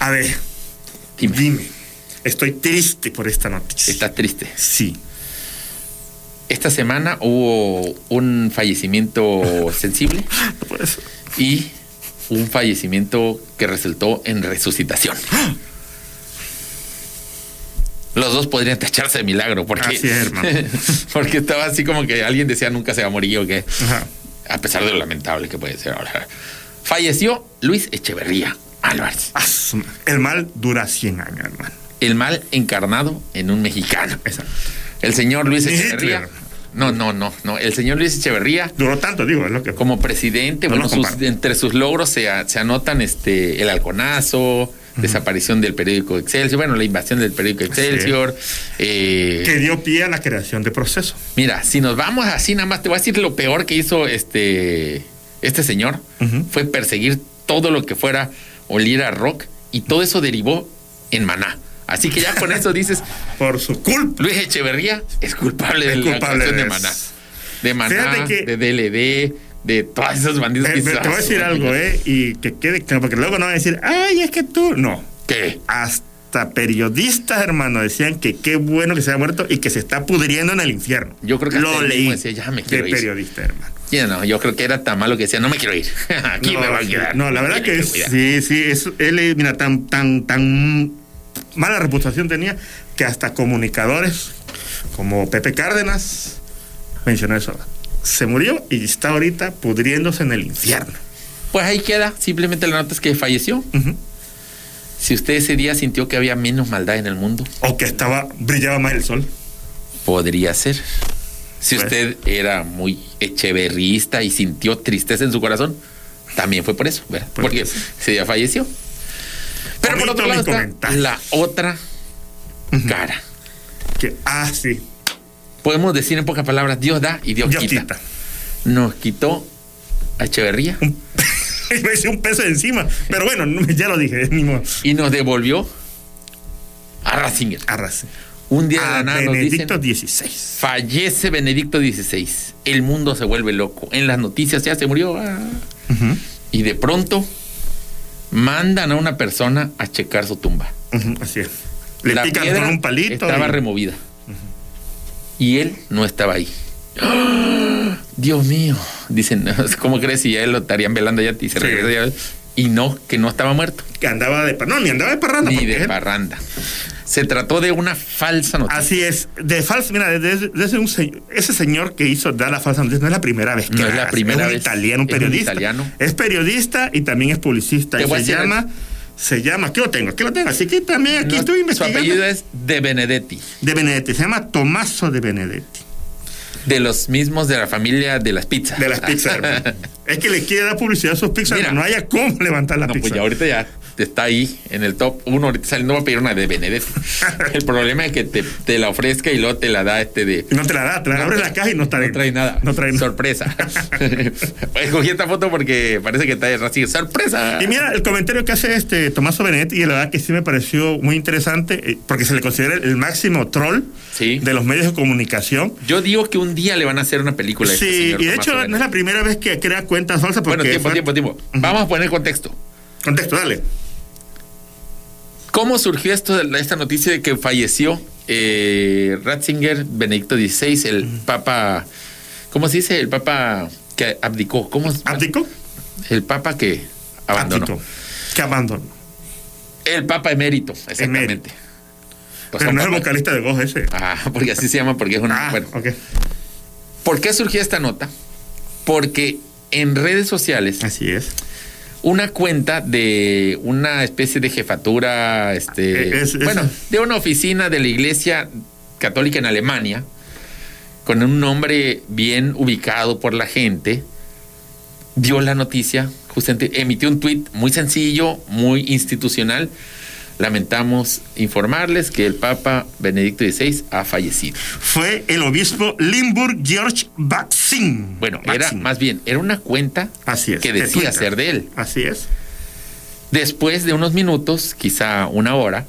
S5: A ver,
S4: Dime.
S5: dime. Estoy triste por esta noticia.
S4: Está triste.
S5: Sí.
S4: Esta semana hubo un fallecimiento sensible
S5: No puede ser.
S4: y un fallecimiento que resultó en resucitación. Los dos podrían tacharse de milagro porque,
S5: Así es, hermano.
S4: porque estaba así como que alguien decía nunca se va a morir o qué,
S5: Ajá.
S4: a pesar de lo lamentable que puede ser ahora. Falleció Luis Echeverría Álvarez,
S5: Ah, su madre. El mal dura 100 años, hermano.
S4: el mal encarnado en un mexicano.
S5: Exacto.
S4: El señor Luis
S5: Ni
S4: Echeverría.
S5: Hitler.
S4: No, no, no, no. El señor Luis Echeverría
S5: Duró tanto, digo, es lo que.
S4: como presidente,
S5: No
S4: bueno,
S5: lo
S4: sus-
S5: comparo.
S4: entre sus logros se, a- se anotan este el halconazo, desaparición del periódico Excelsior, bueno, la invasión del periódico Excelsior. eh,
S5: Que dio pie a la creación de proceso.
S4: mira, si nos vamos así, nada más te voy a decir lo peor que hizo este, este señor
S5: Ujú.
S4: fue perseguir todo lo que fuera olir a rock y todo eso derivó en maná. Así que ya con eso dices,
S5: Por su culpa.
S4: Luis Echeverría es culpable de
S5: Es
S4: la
S5: culpable
S4: actuación de
S5: de
S4: Maná.
S5: eso.
S4: De Maná,
S5: Fíjate
S4: de
S5: que-
S4: DLD, de todos esos bandidos
S5: Eh,
S4: que
S5: pero te voy a decir algo, ¿eh? Y que quede claro, porque luego no van a decir, ay, es que tú. No.
S4: ¿Qué?
S5: Hasta periodistas, hermano, decían que qué bueno que se haya muerto y que se está pudriendo en el infierno.
S4: Yo creo que
S5: lo
S4: hasta él
S5: leí.
S4: mismo decía, "Ya me
S5: de
S4: quiero ir".
S5: periodista, hermano.
S4: Ya no, yo creo que era tan malo que decía, no me quiero ir. Aquí
S5: no,
S4: me va a
S5: sí,
S4: quedar.
S5: No, la
S4: Me
S5: verdad
S4: tiene
S5: que
S4: cuidar.
S5: sí, sí. Es, él, eh, mira, tan, tan, tan mala reputación tenía que hasta comunicadores como Pepe Cárdenas mencionó eso. Se murió y está ahorita pudriéndose en el infierno.
S4: Pues ahí queda. Simplemente la nota es que falleció.
S5: Ujú.
S4: Si usted ese día sintió que había menos maldad en el mundo,
S5: O que estaba, brillaba más el sol.
S4: podría ser. Si
S5: Pues.
S4: usted era muy echeverrista y sintió tristeza en su corazón, también fue por eso, ¿verdad?
S5: Fue por
S4: Porque
S5: eso.
S4: se ya falleció. Pero por
S5: Pues Bonito
S4: otro
S5: mi
S4: lado está
S5: comentario.
S4: la otra cara.
S5: Que, ah, sí.
S4: Podemos decir en pocas palabras, Dios da y Dios,
S5: Yo
S4: quita.
S5: quita.
S4: Nos quitó a Echeverría
S5: Y me hice un peso de encima. Pero bueno, no, ya lo dije, ni modo.
S4: y nos devolvió a Ratzinger.
S5: Arrasé.
S4: Un día de
S5: A
S4: la nada nos dicen,
S5: Ah, Benedicto XVI.
S4: fallece Benedicto XVI. El mundo se vuelve loco. En las noticias ya se murió. ah.
S5: Ujú,
S4: Y de pronto mandan a una persona a checar su tumba.
S5: ujú, así es. Le pican con un palito.
S4: Estaba
S5: y-
S4: removida. Y él no estaba ahí. ¡Ah! Dios mío. Dicen, ¿cómo crees si ya él lo estarían velando ya y se
S5: Sí.
S4: regresa ya? Y no, que no estaba muerto.
S5: que andaba de parranda. No, ni andaba de parranda.
S4: Ni
S5: porque
S4: de
S5: él-
S4: parranda. Se trató de una falsa noticia.
S5: Así es, de falso, mira, desde, desde un se- ese señor que hizo da la falsa noticia no es la primera vez que
S4: No es
S5: la
S4: la primera
S5: es un
S4: vez.
S5: italiano, un
S4: Es un
S5: periodista.
S4: italiano.
S5: Es periodista y también es publicista.
S4: Te
S5: Y
S4: voy a
S5: se
S4: decir-
S5: llama, se llama, aquí lo tengo, aquí lo tengo. Así que también aquí
S4: No,
S5: estoy investigando.
S4: Su apellido es De Benedetti,
S5: De Benedetti, se llama Tomaso de Benedetti.
S4: de los mismos de la familia de las pizzas.
S5: De las pizzas, hermano. Es que le quiere dar publicidad a sus pizzas,
S4: Mira.
S5: pero no haya cómo levantar la
S4: no,
S5: pizza.
S4: pues ya ahorita ya está ahí en el top uno. Ahorita sale, no va a pedir una de Benedetti. el problema es que te, te la ofrezca y luego te la da este de.
S5: Y No te la da, te la abre la caja y no está
S4: No
S5: bien.
S4: trae nada.
S5: No trae nada.
S4: Sorpresa. Escogí esta foto porque parece que está de Racing. ¡Sorpresa!
S5: Y mira el comentario que hace este Tomaso Benedetti, y la verdad que sí me pareció muy interesante, eh, porque se le considera el máximo troll
S4: Sí.
S5: de los medios de comunicación.
S4: Yo digo que un día le van a hacer una película. a este
S5: Sí,
S4: señor
S5: y de
S4: Tomás
S5: hecho
S4: Benedetti.
S5: no es la primera vez que crea cuentas falsas porque...
S4: Bueno, tiempo,
S5: fue-
S4: tiempo, tiempo. Vamos a poner contexto.
S5: Contexto, dale.
S4: ¿Cómo surgió esto de la- esta noticia de que falleció eh, Ratzinger Benedicto XVI, el Papa, ¿cómo se dice? El Papa que abdicó. ¿Cómo es?
S5: ¿Áptico?
S4: El Papa que abandonó.
S5: Áptico. Que abandonó.
S4: El Papa emérito, exactamente.
S5: Emérito.
S4: Pues
S5: Pero
S4: son
S5: no es el
S4: papas.
S5: vocalista de Goz ese.
S4: Ah, porque así se llama, porque es una.
S5: Ah,
S4: bueno.
S5: ok.
S4: ¿Por qué surgió esta nota? Porque en redes sociales
S5: Así es.
S4: una cuenta de una especie de jefatura, este,
S5: Eh, Es- es-
S4: bueno, de una oficina de la Iglesia Católica en Alemania, con un nombre bien ubicado por la gente, dio la noticia, justamente emitió un tuit muy sencillo, muy institucional. Lamentamos informarles que el Papa Benedicto XVI ha fallecido.
S5: Fue el obispo Limburg George Baxin.
S4: Bueno, era
S5: Baxin.
S4: más bien, era una cuenta
S5: Así es,
S4: que
S5: de
S4: decía
S5: Twitter.
S4: ser de él.
S5: Así es.
S4: Después de unos minutos, quizá una hora,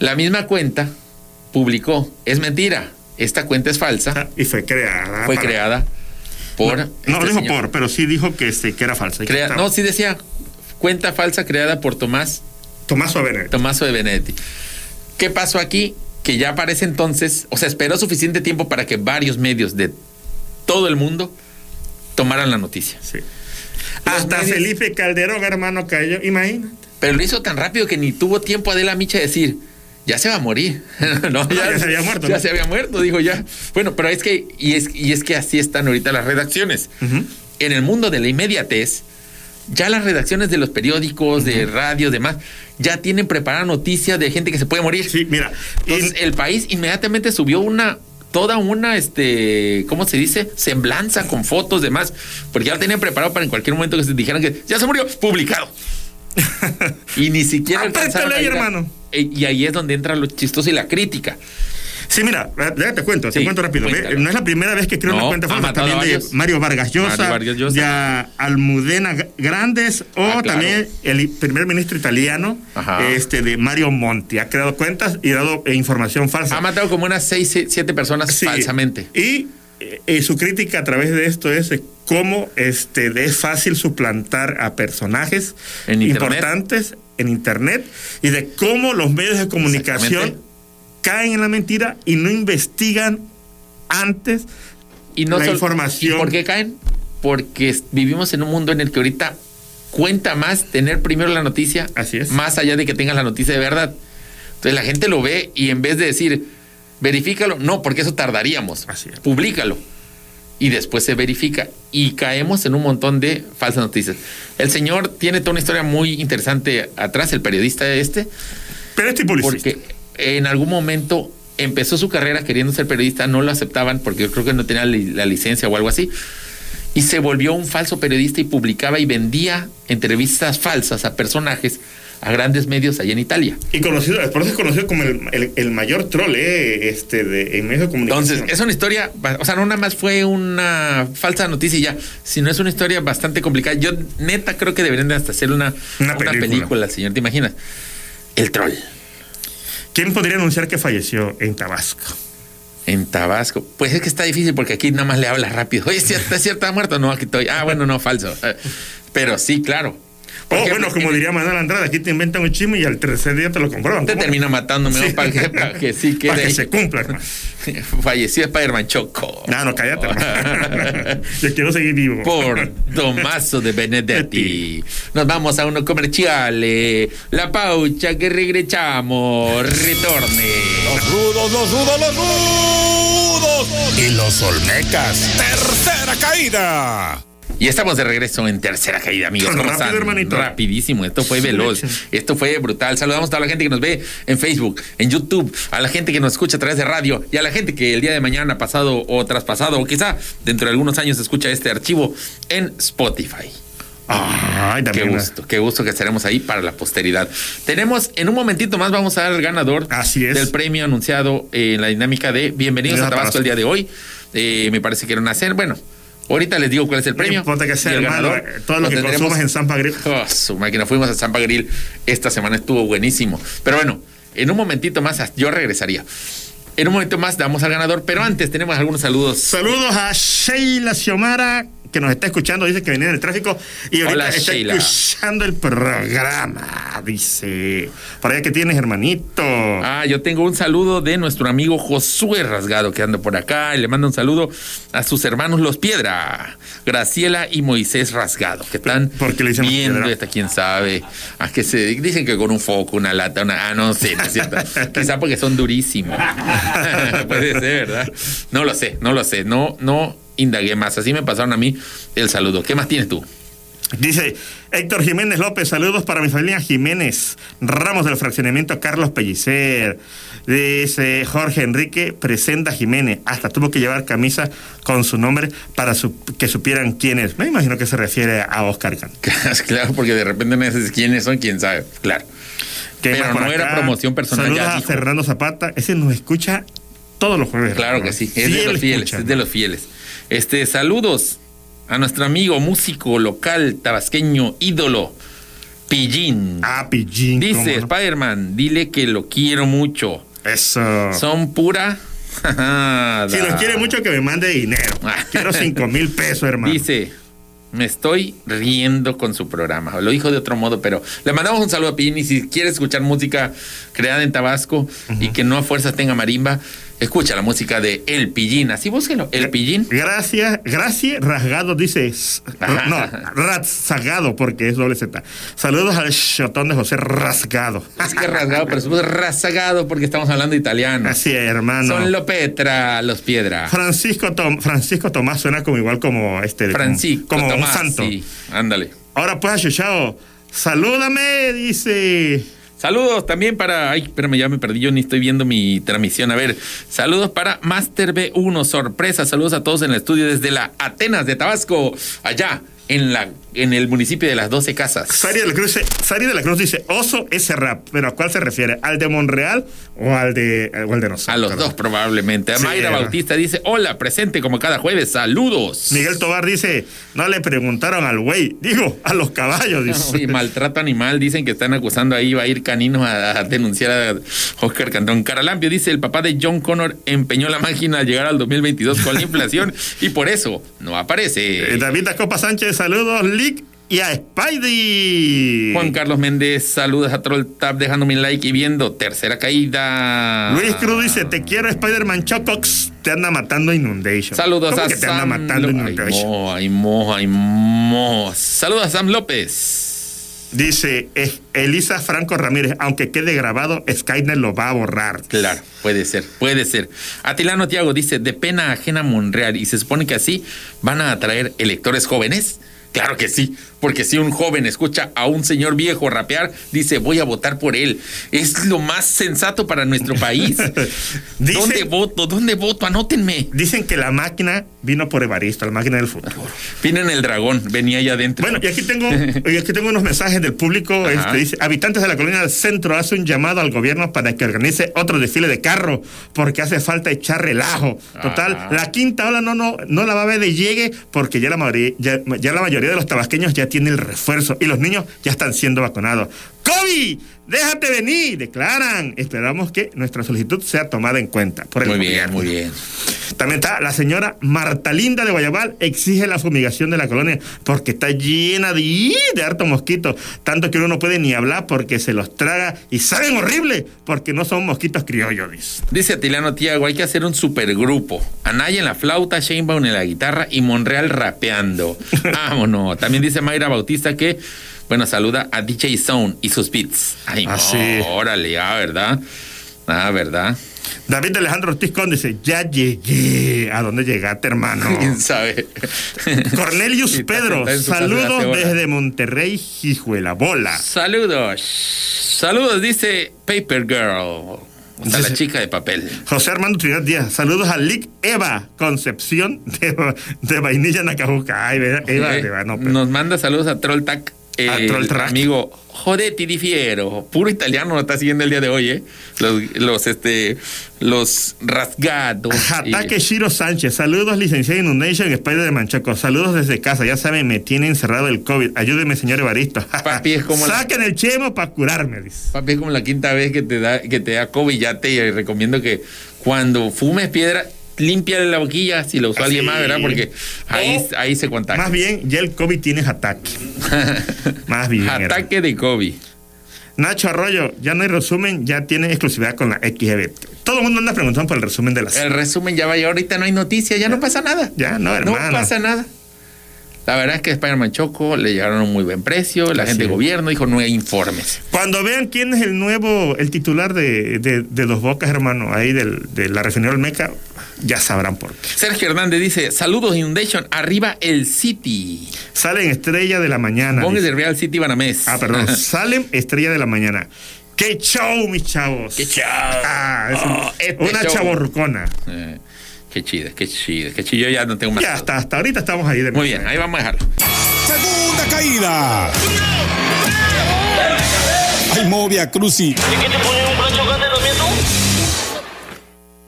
S4: la misma cuenta publicó, es mentira, esta cuenta es falsa,
S5: Y fue creada.
S4: fue
S5: Ah, para-
S4: creada por...
S5: No,
S4: este
S5: no dijo
S4: señor.
S5: por, pero sí dijo que, este, que era falsa. y que
S4: Crea-
S5: estaba-
S4: no, sí decía, cuenta falsa creada por Tomás,
S5: Tomaso Benedetti.
S4: Tomaso de Benedetti. ¿Qué pasó aquí? Que ya para ese entonces, o sea, esperó suficiente tiempo para que varios medios de todo el mundo tomaran la noticia.
S5: Sí. Hasta
S4: medios-
S5: Felipe Calderón, hermano, cayó. Imagínate.
S4: Pero lo hizo tan rápido que ni tuvo tiempo Adela Micha de decir, ya se va a morir. no,
S5: ya se había muerto,
S4: Ya
S5: ¿no?
S4: se había muerto, dijo ya. Bueno, pero es que, y es, y es que así están ahorita las redacciones. En el mundo de la inmediatez, ya las redacciones de los periódicos, de radio, demás, ya tienen preparada noticias de gente que se puede morir.
S5: Sí, mira.
S4: Entonces,
S5: y-
S4: el país inmediatamente subió una toda una este cómo se dice semblanza con fotos demás porque ya lo tenían preparado para en cualquier momento que se dijeran que ya se murió publicado y ni siquiera
S5: Apriétale
S4: alcanzaron a
S5: ahí,
S4: ir a-
S5: hermano.
S4: E- y ahí es donde entran los chistos y la crítica
S5: sí, mira, eh, ya te cuento, te
S4: Sí,
S5: cuento rápido.
S4: cuéntalo.
S5: Eh, No es la primera vez que creo
S4: No,
S5: una cuenta
S4: ha
S5: falsa.
S4: matado
S5: También
S4: a
S5: de
S4: varios.
S5: Mario Vargas
S4: Mario
S5: Llosa,
S4: Vargas Llosa.
S5: ya Almudena G- Grandes o
S4: Ah, claro.
S5: también el primer ministro italiano,
S4: Ajá.
S5: este de Mario Monti. Ha creado cuentas y dado eh, información falsa.
S4: ha matado como unas seis se- siete personas
S5: Sí.
S4: falsamente
S5: Y eh, eh, su crítica a través de esto es eh, cómo este, es fácil suplantar a personajes
S4: En Internet.
S5: importantes en Internet y de cómo los medios de comunicación
S4: Exactamente.
S5: caen en la mentira y no investigan antes.
S4: y no
S5: La
S4: sol-
S5: información.
S4: ¿Y por qué caen porque es- vivimos en un mundo en el que ahorita cuenta más tener primero la noticia
S5: Así es.
S4: más allá de que tengas la noticia de verdad entonces la gente lo ve y en vez de decir verifícalo no porque eso tardaríamos
S5: Así es.
S4: públicalo y después se verifica y caemos en un montón de falsas noticias el señor tiene toda una historia muy interesante atrás el periodista este
S5: Pero este publicista.
S4: porque en algún momento empezó su carrera queriendo ser periodista, no lo aceptaban porque yo creo que no tenía li- la licencia o algo así. Y se volvió un falso periodista y publicaba y vendía entrevistas falsas a personajes a grandes medios allá en Italia.
S5: Y conocido, por eso es conocido como el, el- el mayor troll eh, este, de, en medios de comunicación.
S4: Entonces, es una historia, ba- o sea, no nada más fue una falsa noticia y ya, sino es una historia bastante complicada. Yo neta creo que deberían de hasta hacer una,
S5: Una
S4: una
S5: película.
S4: película. señor, ¿te imaginas? El troll
S5: ¿Quién podría anunciar que falleció en Tabasco?
S4: en Tabasco. Pues es que está difícil porque aquí nada más le hablas rápido. Oye, ¿sí- ¿está cierta está muerto? No, aquí estoy. Ah, bueno, no, falso. Eh, Pero sí, claro.
S5: O
S4: Por ejemplo,
S5: Oh, bueno, como
S4: en-
S5: diría Manuel Andrade, aquí te inventan un chisme y al tercer día te lo comprueban.
S4: Te
S5: ¿Cómo?
S4: termina matándome
S5: Sí.
S4: ¿no? para, que, para que sí quede
S5: Para que
S4: ahí.
S5: se cumpla, hermano.
S4: Falleció Spider-Man Choco.
S5: No, no, cállate, hermano. Yo quiero seguir vivo.
S4: por Tommaso de Benedetti. Nos vamos a uno comerciale. La paucha que regresamos. Retorne.
S2: Los rudos, los rudos, los rudos. Y los olmecas. Tercera caída.
S4: Y estamos de regreso en tercera caída, amigos.
S5: Tan
S4: ¿Cómo
S5: rápido,
S4: están?
S5: hermanito.
S4: Rapidísimo, esto fue veloz, esto fue brutal. Saludamos a toda la gente que nos ve en Facebook, en YouTube, a la gente que nos escucha a través de radio y a la gente que el día de mañana ha pasado o traspasado o quizá dentro de algunos años escucha este archivo en Spotify.
S5: Ay,
S4: Qué
S5: también.
S4: gusto, qué gusto que estaremos ahí para la posteridad. Tenemos, en un momentito más vamos a dar el ganador
S5: Así es.
S4: del premio anunciado en la dinámica de Bienvenidos
S5: Bienvenido
S4: a
S5: a
S4: Tabasco
S5: Tabasco.
S4: el día de hoy. Eh, me parece que era una cena. Bueno, ahorita les digo cuál es el premio.
S5: No importa Eh, que sea,
S4: Y el
S5: hermano.
S4: ganador
S5: eh, Todo lo que
S4: tendremos-
S5: consumas en San Pagri.
S4: Oh, su máquina, fuimos a Zampa Grill. Esta semana estuvo buenísimo. Pero bueno, en un momentito más yo regresaría. En un momento más damos al ganador, pero antes tenemos algunos saludos.
S5: Saludos a Sheila Xiomara, que nos está escuchando, dice que venía en el tráfico y ahorita
S4: Hola,
S5: está
S4: Sheila.
S5: escuchando el programa, dice. Por allá que tienes, hermanito.
S4: Ah, yo tengo un saludo de nuestro amigo Josué Rasgado que anda por acá y le manda un saludo a sus hermanos Los Piedra, Graciela y Moisés Rasgado, que están
S5: ¿Por qué le dicen Los
S4: viendo
S5: Piedra?
S4: esta quién sabe, a que se dedican? dicen que con un foco, una lata, una ah, no sé, no es cierto. Quizá porque son durísimos. Puede ser, ¿verdad? No lo sé, no lo sé, no no indagué más, así me pasaron a mí el saludo. ¿Qué más tienes tú?
S5: Dice Héctor Jiménez López, saludos para mi familia Jiménez, Ramos del Fraccionamiento Carlos Pellicer. Dice Jorge Enrique Presenda Jiménez, hasta tuvo que llevar camisa con su nombre para su- que supieran quién es. Me imagino que se refiere a Oscar Cantú.
S4: claro, porque de repente no dices quiénes son, quién sabe. Claro.
S5: ¿Qué
S4: Pero
S5: más por
S4: no era promoción personal,
S5: Saludos
S4: ya
S5: a
S4: dijo.
S5: Fernando Zapata, ese nos escucha todos los jueves.
S4: Claro
S5: hermano.
S4: que sí, es de
S5: ¿eh? Fiel
S4: los fieles,
S5: escucha,
S4: es de los fieles. Este, saludos a nuestro amigo músico local tabasqueño ídolo Pillín.
S5: Ah, Pillín. cómo
S4: Dice
S5: no.
S4: Spider-Man, dile que lo quiero mucho.
S5: Eso.
S4: Son pura.
S5: si nos Ah. quiere mucho, que me mande dinero.
S4: Ah.
S5: Quiero cinco mil pesos, hermano.
S4: Dice, me estoy riendo con su programa. Lo dijo de otro modo, pero le mandamos un saludo a Pillín y si quiere escuchar música creada en Tabasco y que no a fuerzas tenga marimba, escucha la música de El Pillín. Así búsquenlo, El Pillín.
S5: Gracias, gracias, rasgado, dice. s-
S4: Ajá.
S5: No, rasgado, porque es doble Z. Saludos al chotón de José Rasgado.
S4: Es que rasgado, pero supuesto rasagado porque estamos hablando italiano.
S5: Así es, hermano.
S4: Son lo Petra, los Piedra.
S5: Francisco, Tom- Francisco Tomás suena como igual como este. como-
S4: Francisco,
S5: Como, un
S4: Tomás,
S5: santo.
S4: sí, ándale.
S5: Ahora pues, Chuchao, salúdame, dice.
S4: Saludos también para. Ay, espérame, ya me perdí, yo ni estoy viendo mi transmisión. A ver, saludos para Master B1, sorpresa. Saludos a todos en el estudio desde la Atenas de Tabasco, allá en, la, en el municipio de las 12 Casas.
S5: Sari de, la Cruz, Sari de la Cruz dice, oso ese rap, pero ¿a cuál se refiere? ¿Al de Monreal o al de, o al de nosotros?
S4: A los dos, probablemente.
S5: Sí,
S4: Mayra
S5: eh.
S4: Bautista dice: Hola, presente como cada jueves, saludos.
S5: Miguel Tobar dice, no le preguntaron al güey, digo, a los caballos, dice.
S4: Y maltrato animal, dicen que están acusando ahí, va a ir caninos a, a denunciar a Oscar Cantón. Caralampio dice, el papá de John Connor empeñó la máquina a llegar al 2022 con la inflación y por eso no
S5: Eh,
S4: aparece.
S5: David Acopa Sánchez, saludos, Lick y a Spidey.
S4: Juan Carlos Méndez, saludos a Troll Tap dejándome un like y viendo tercera caída.
S5: Luis Cruz dice, te quiero Spider-Man Chocox, te anda matando Inundation.
S4: Saludos
S5: ¿Cómo
S4: a
S5: que te anda
S4: Sam
S5: matando
S4: Lo- Ay,
S5: Inundation?
S4: mo, ay, mo, ay, mo. Saludos a Sam López.
S5: Dice eh, Elisa Franco Ramírez, aunque quede grabado, Skynet lo va a borrar.
S4: Claro, puede ser, puede ser. Atilano Tiago dice, de pena ajena Monreal, y se supone que así van a atraer electores jóvenes. Claro que sí, Porque si un joven escucha a un señor viejo rapear, dice, voy a votar por él. Es lo más sensato para nuestro país.
S5: Dicen-
S4: ¿Dónde voto? ¿Dónde voto? Anótenme.
S5: Dicen que la máquina vino por Evaristo, la máquina del futuro.
S4: Vienen el dragón, venía allá adentro.
S5: Bueno, y aquí tengo, y aquí tengo unos mensajes del público.
S4: Ajá.
S5: Este, dice, habitantes de la colonia del centro hace un llamado al gobierno para que organice otro desfile de carro, porque hace falta echar relajo. Total,
S4: Ah.
S5: la quinta ola no, no, no la va a ver de llegue, porque ya la, mayoría, ya, ya la mayoría de los tabasqueños ya tiene el refuerzo y los niños ya están siendo vacunados. ¡Kobe! ¡Déjate venir! Declaran. Esperamos que nuestra solicitud sea tomada en cuenta. Por el
S4: muy bien,
S5: gobierno.
S4: muy bien.
S5: También está la señora Marta Linda de Guayabal, exige la fumigación de la colonia porque está llena de, de harto mosquito, tanto que uno no puede ni hablar porque se los traga y saben horrible porque no son mosquitos criollos. dice.
S4: Dice Atilano Tiago, hay que hacer un supergrupo. Anaya en la flauta, Shane Baum en la guitarra y Monreal rapeando. Vámonos. También dice Mayra Bautista que, bueno, saluda a DJ Zone y sus beats. Ay,
S5: Ah,
S4: no,
S5: sí.
S4: órale, ah, ¿verdad? Ah, ¿verdad?
S5: David Alejandro Ortiz Conde dice, ya llegué, ¿a dónde llegaste hermano?
S4: ¿Quién sabe?
S5: Cornelius
S4: Está
S5: Pedro,
S4: sentada en su casa
S5: saludos
S4: hace horas.
S5: desde Monterrey, Jijuela Bola.
S4: Saludos. Saludos, dice Paper Girl. O sea, la chica de papel.
S5: José Armando Trinidad Díaz, saludos a Lick Eva Concepción de, de Vainilla Nacajuca. Ay, ¿verdad? Eva,
S4: Ok.
S5: Eva, no, pero-
S4: Nos manda saludos a Trolltac. Eh,
S5: A Trolltac.
S4: Amigo, jodete di fiero. Puro italiano nos está siguiendo el día de hoy, ¿eh? Los, los, este, los rasgados. y-
S5: Ataque Shiro Sánchez, saludos licenciado Inundation, Spider de Manchaco, saludos desde casa, ya saben, me tiene encerrado el COVID, ayúdeme señor Evaristo.
S4: Papi, es como la-
S5: Saquen el chemo para curarme, dice.
S4: Papi, es como la quinta vez que te da, que te da COVID. Ya te eh, recomiendo que cuando fumes piedra, límpiale la boquilla si lo usó alguien más, ¿verdad? Porque ahí,
S5: O-
S4: ahí se contagia.
S5: Más bien, ya el COVID tienes ataque. más bien, hermano.
S4: Ataque de COVID.
S5: Nacho Arroyo, ya no hay resumen, ya tiene exclusividad con la XGB. Todo el mundo anda preguntando por el resumen de la
S4: El resumen ya vaya, ahorita no hay noticia, ya no pasa nada.
S5: Ya, no, hermano.
S4: No pasa nada. La verdad es que Spider-Man Choco le llegaron a un muy buen precio, la
S5: Así
S4: gente de
S5: es.
S4: gobierno dijo no hay informes.
S5: Cuando vean quién es el nuevo, el titular de, de, de Dos Bocas, hermano, ahí del- de la refinería Olmeca, ya sabrán por qué.
S4: Sergio Hernández dice, saludos Inundation, arriba el City.
S5: Salen estrella de la mañana.
S4: Póngase
S5: dice.
S4: el Real City Banamés.
S5: Ah, perdón. Salen estrella de la mañana. ¡Qué show, mis chavos!
S4: ¡Qué show!
S5: Ah, es un-
S4: Oh, este
S5: una
S4: show.
S5: chavorrucona.
S4: Eh, qué chido, qué chido, qué chido. Yo ya no tengo más.
S5: Ya hasta, hasta ahorita estamos ahí de
S4: Muy bien, ahí vamos a dejarlo.
S2: Segunda caída. Ay, Movia Cruci.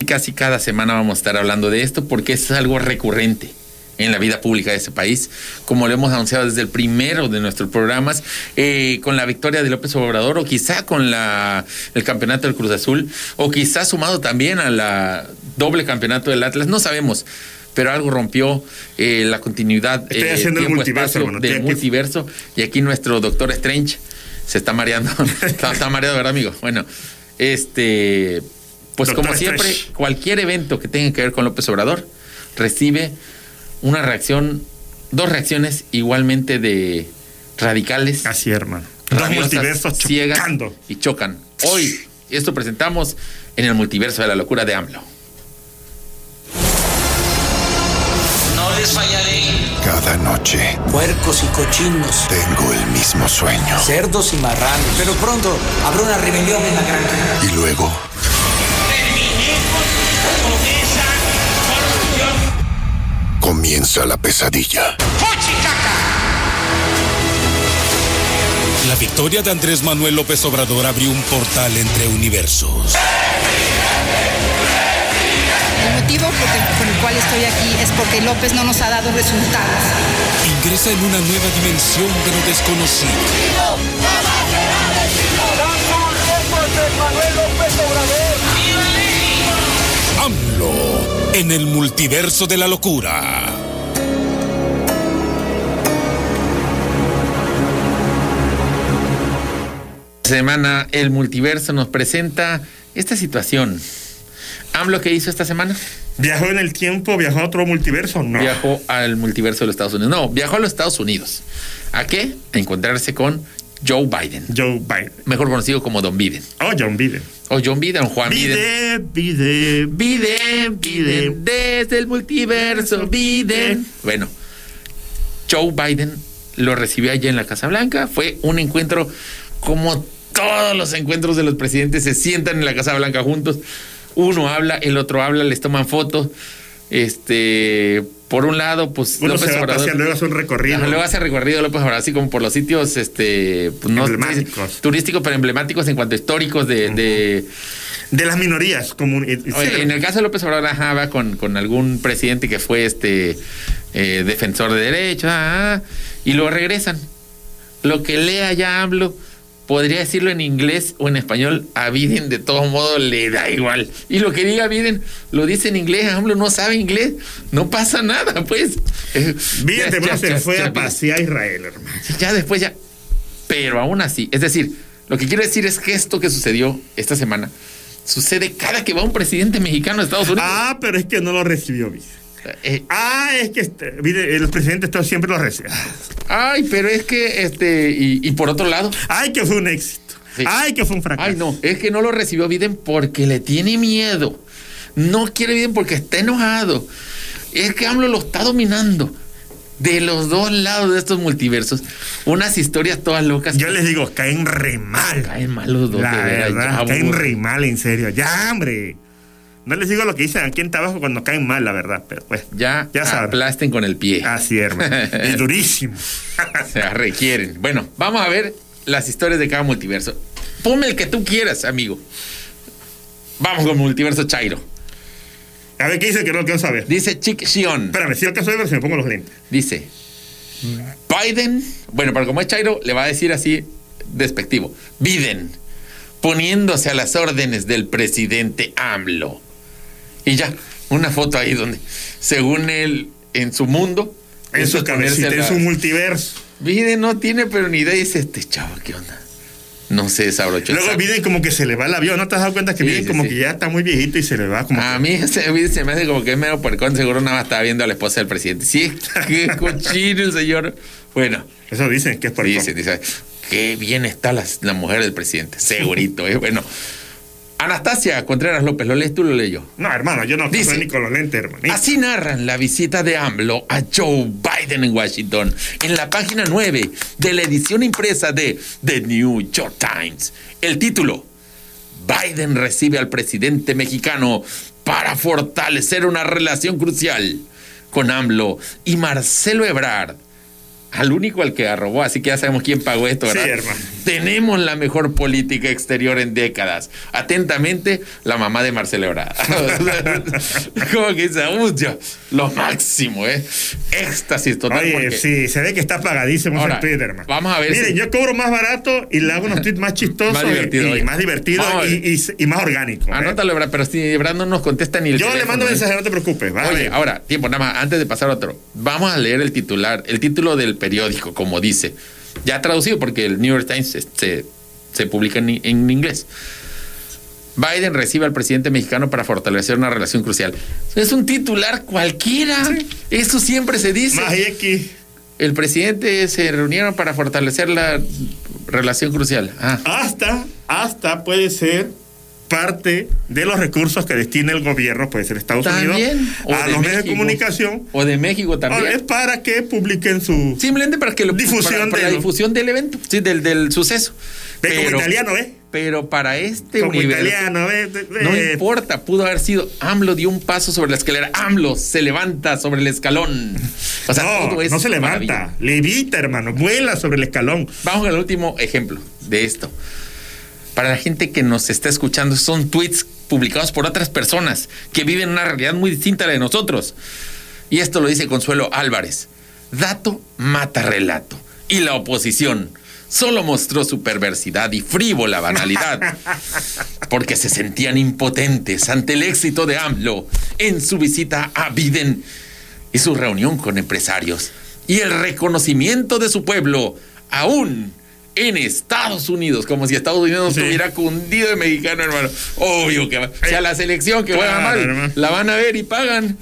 S4: Y Casi cada semana vamos a estar hablando de esto porque es algo recurrente en la vida pública de este país, como lo hemos anunciado desde el primero de nuestros programas, eh, con la victoria de López Obrador o quizá con la, el campeonato del Cruz Azul, o quizá sumado también a la doble campeonato del Atlas, no sabemos, pero algo rompió eh, la continuidad
S5: Estoy
S4: eh,
S5: haciendo el multiverso,
S4: espacio
S5: hermano,
S4: del
S5: estoy aquí.
S4: multiverso, y aquí nuestro doctor Strange se está mareando, está, está mareado, ¿verdad, amigo? Bueno, este... Pues
S5: Doctor
S4: como siempre,
S5: Strange.
S4: cualquier evento que tenga que ver con López Obrador recibe una reacción, dos reacciones igualmente de radicales,
S5: Así, hermano. Dos
S4: rabiosas,
S5: multiversos
S4: ciegas
S5: chocando.
S4: y chocan. Hoy esto presentamos en el multiverso de la locura de AMLO.
S11: No les fallaré.
S8: Cada noche
S11: Puercos y cochinos,
S8: tengo el mismo sueño.
S11: cerdos y marranos. Pero pronto habrá una rebelión en la granja.
S8: Y luego comienza la pesadilla.
S2: La victoria de Andrés Manuel López Obrador abrió un portal entre universos.
S12: El motivo por el, por el cual estoy aquí es porque López no nos ha dado resultados.
S2: Ingresa en una nueva dimensión de lo desconocido. AMLO en el multiverso de la locura.
S4: Esta Semana el multiverso nos presenta esta situación. AMLO que hizo esta semana
S5: ¿Viajó en el tiempo? ¿Viajó a otro multiverso? No.
S4: viajó al multiverso de los Estados Unidos. No, viajó a los Estados Unidos. ¿A qué? A encontrarse con Joe Biden,
S5: Joe Biden.
S4: mejor conocido como Don Biden.
S5: Oh, John Biden.
S4: O John Biden, Juan Biden.
S5: Biden, Biden.
S4: Biden, Biden, desde el multiverso, Biden. Bueno, Joe Biden lo recibió allá en la Casa Blanca. Fue un encuentro como todos los encuentros de los presidentes se sientan en la Casa Blanca juntos. Uno habla, el otro habla, les toman fotos. Este, por un lado, pues
S5: Uno se va a pasear, luego hace un recorrido.
S4: Ajá, luego hace recorrido López Obrador, así como por los sitios este, pues, no-
S5: Emblemáticos.
S4: turísticos, pero emblemáticos en cuanto a históricos de- de
S5: De las minorías. eh, Como,
S4: Oye, en el caso de López Obrador, ajá, va con, con algún presidente que fue este eh, defensor de derechos, ah, ah, y lo regresan. Lo que lea ya AMLO, podría decirlo en inglés o en español, a Biden de todo modo le da igual. Y lo que diga Biden, lo dice en inglés, AMLO no sabe inglés, no pasa nada, pues. Eh, ya-
S5: Miren,
S4: ya-
S5: de pronto se
S4: ya-
S5: fue
S4: ya-
S5: a pasear a Israel, hermano.
S4: ya después ya. Pero aún así, es decir, lo que quiero decir es que esto que sucedió esta semana sucede cada que va un presidente mexicano a Estados Unidos.
S5: Ah, pero es que no lo recibió bien.
S4: Eh,
S5: Ah, es que este, mire, el presidente de Estados siempre lo recibe.
S4: ay, pero es que, este, y, y por otro lado.
S5: Ay, que fue un éxito.
S4: Sí.
S5: Ay, que fue un fracaso.
S4: Ay, no, es que no lo recibió Biden porque le tiene miedo. No quiere Biden porque está enojado. Es que AMLO lo está dominando. De los dos lados de estos multiversos, unas historias todas locas.
S5: Yo les digo, caen re mal.
S4: Caen mal los dos,
S5: La
S4: de veras,
S5: verdad,
S4: ya,
S5: caen
S4: burro.
S5: re mal, en serio. Ya, hombre. No les digo lo que dicen aquí en Tabaco cuando caen mal, la verdad, pero pues.
S4: ya,
S5: Ya saben.
S4: aplasten con el pie.
S5: Así, hermano. y durísimo.
S4: Se las requieren. Bueno, vamos a ver las historias de cada multiverso. Ponme el que tú quieras, amigo. Vamos con multiverso Chairo.
S5: A ver qué dice que no lo quiero saber.
S4: Dice Chick Shion.
S5: Espérame, si lo que soy, pero si me pongo los lentes.
S4: Dice, Biden, bueno, para como es Chairo, le va a decir así despectivo. Biden, poniéndose a las órdenes del presidente AMLO. Y ya, una foto ahí donde, según él, en su mundo,
S5: En
S4: eso
S5: su
S4: es ponerse
S5: cabecita, en
S4: a
S5: su
S4: la-
S5: multiverso.
S4: Biden no tiene, pero ni idea. Dice este chavo, ¿qué onda? No se desabrochó. el
S5: Luego
S4: saco.
S5: Biden como que se le va el avión, ¿no te has dado cuenta que
S4: Sí,
S5: Biden
S4: sí,
S5: como
S4: sí. Ah,
S5: que ya está muy viejito y se le va como...
S4: A mí ese Biden se me hace como que es medio puercón. Seguro nada más estaba viendo a la esposa del presidente. Sí, qué cochino el señor. Bueno,
S5: Eso dicen que es por
S4: Dicen, dicen, qué bien está la, la mujer del presidente, segurito. eh. Bueno, Anastasia Contreras López, lo lees tú, lo leyó.
S5: No, hermano, yo no
S4: Dice-
S5: soy ni con los lentes, hermanito.
S4: Así narran la visita de AMLO a Joe Biden en Washington en la página 9 de la edición impresa de The New York Times. El título, Biden recibe al presidente mexicano para fortalecer una relación crucial con AMLO y Marcelo Ebrard. Al único al que arrobó, así que ya sabemos quién pagó esto,
S5: Sí,
S4: ¿verdad?
S5: hermano.
S4: Tenemos la mejor política exterior en décadas. Atentamente, la mamá de Marcelo Ebrard. Como que dice, "Uy, Dios, lo máximo, ¿eh? Éxtasis total.
S5: Oye,
S4: porque-
S5: sí, ¿eh? se ve que está pagadísimo ese
S4: Ahora,
S5: Twitter, hermano.
S4: vamos a ver
S5: Miren,
S4: si-
S5: yo cobro más barato y le hago unos tweets más chistosos
S4: Más
S5: y-
S4: divertido,
S5: y,
S4: oye.
S5: más divertidos
S4: Vamos a
S5: y,
S4: ver.
S5: y- y más orgánicos. ¿eh?
S4: Anótalo, Ebrard, pero si Ebrard no nos contesta ni el
S5: Yo le
S4: teléfono,
S5: mando
S4: ¿eh?
S5: mensaje, no te preocupes. va, a
S4: Oye,
S5: ver.
S4: ahora, tiempo, nada más, antes de pasar a otro, vamos a leer el titular, el título del periódico, como dice, ya traducido porque el New York Times se, se- se publica en, i- en inglés. Biden recibe al presidente mexicano para fortalecer una relación crucial. Es un titular cualquiera, eso siempre se dice.
S5: Más X.
S4: El presidente se reunieron para fortalecer la relación crucial. Ah,
S5: Hasta, hasta puede ser parte de los recursos que destina el gobierno, puede ser Estados
S4: también.
S5: Unidos,
S4: o
S5: a los medios de
S4: México.
S5: comunicación,
S4: O de México también.
S5: es para que publiquen su...
S4: Simplemente para que lo
S5: Difusión
S4: para- para
S5: de-
S4: la difusión del evento, sí, del, del suceso.
S5: Ve como italiano, ¿eh?
S4: pero para este
S5: Como
S4: universo.
S5: italiano, eh. ve, ve,
S4: No
S5: ve.
S4: importa, pudo haber sido AMLO dio un paso sobre la escalera. AMLO se levanta sobre el escalón. O sea,
S5: no,
S4: todo es
S5: no se levanta,
S4: maravilla.
S5: levita, hermano, vuela sobre el escalón.
S4: Vamos al último ejemplo de esto. Para la gente que nos está escuchando, son tweets publicados por otras personas que viven una realidad muy distinta a la de nosotros. Y esto lo dice Consuelo Álvarez. Dato mata relato. Y la oposición solo mostró su perversidad y frívola banalidad porque se sentían impotentes ante el éxito de AMLO en su visita a Biden y su reunión con empresarios y el reconocimiento de su pueblo aún en Estados Unidos, como si Estados Unidos
S5: Sí.
S4: estuviera cundido de mexicano, hermano. Obvio que va. O sea, la selección que
S5: Eh, Claro,
S4: juega mal,
S5: hermano.
S4: la van a ver y pagan.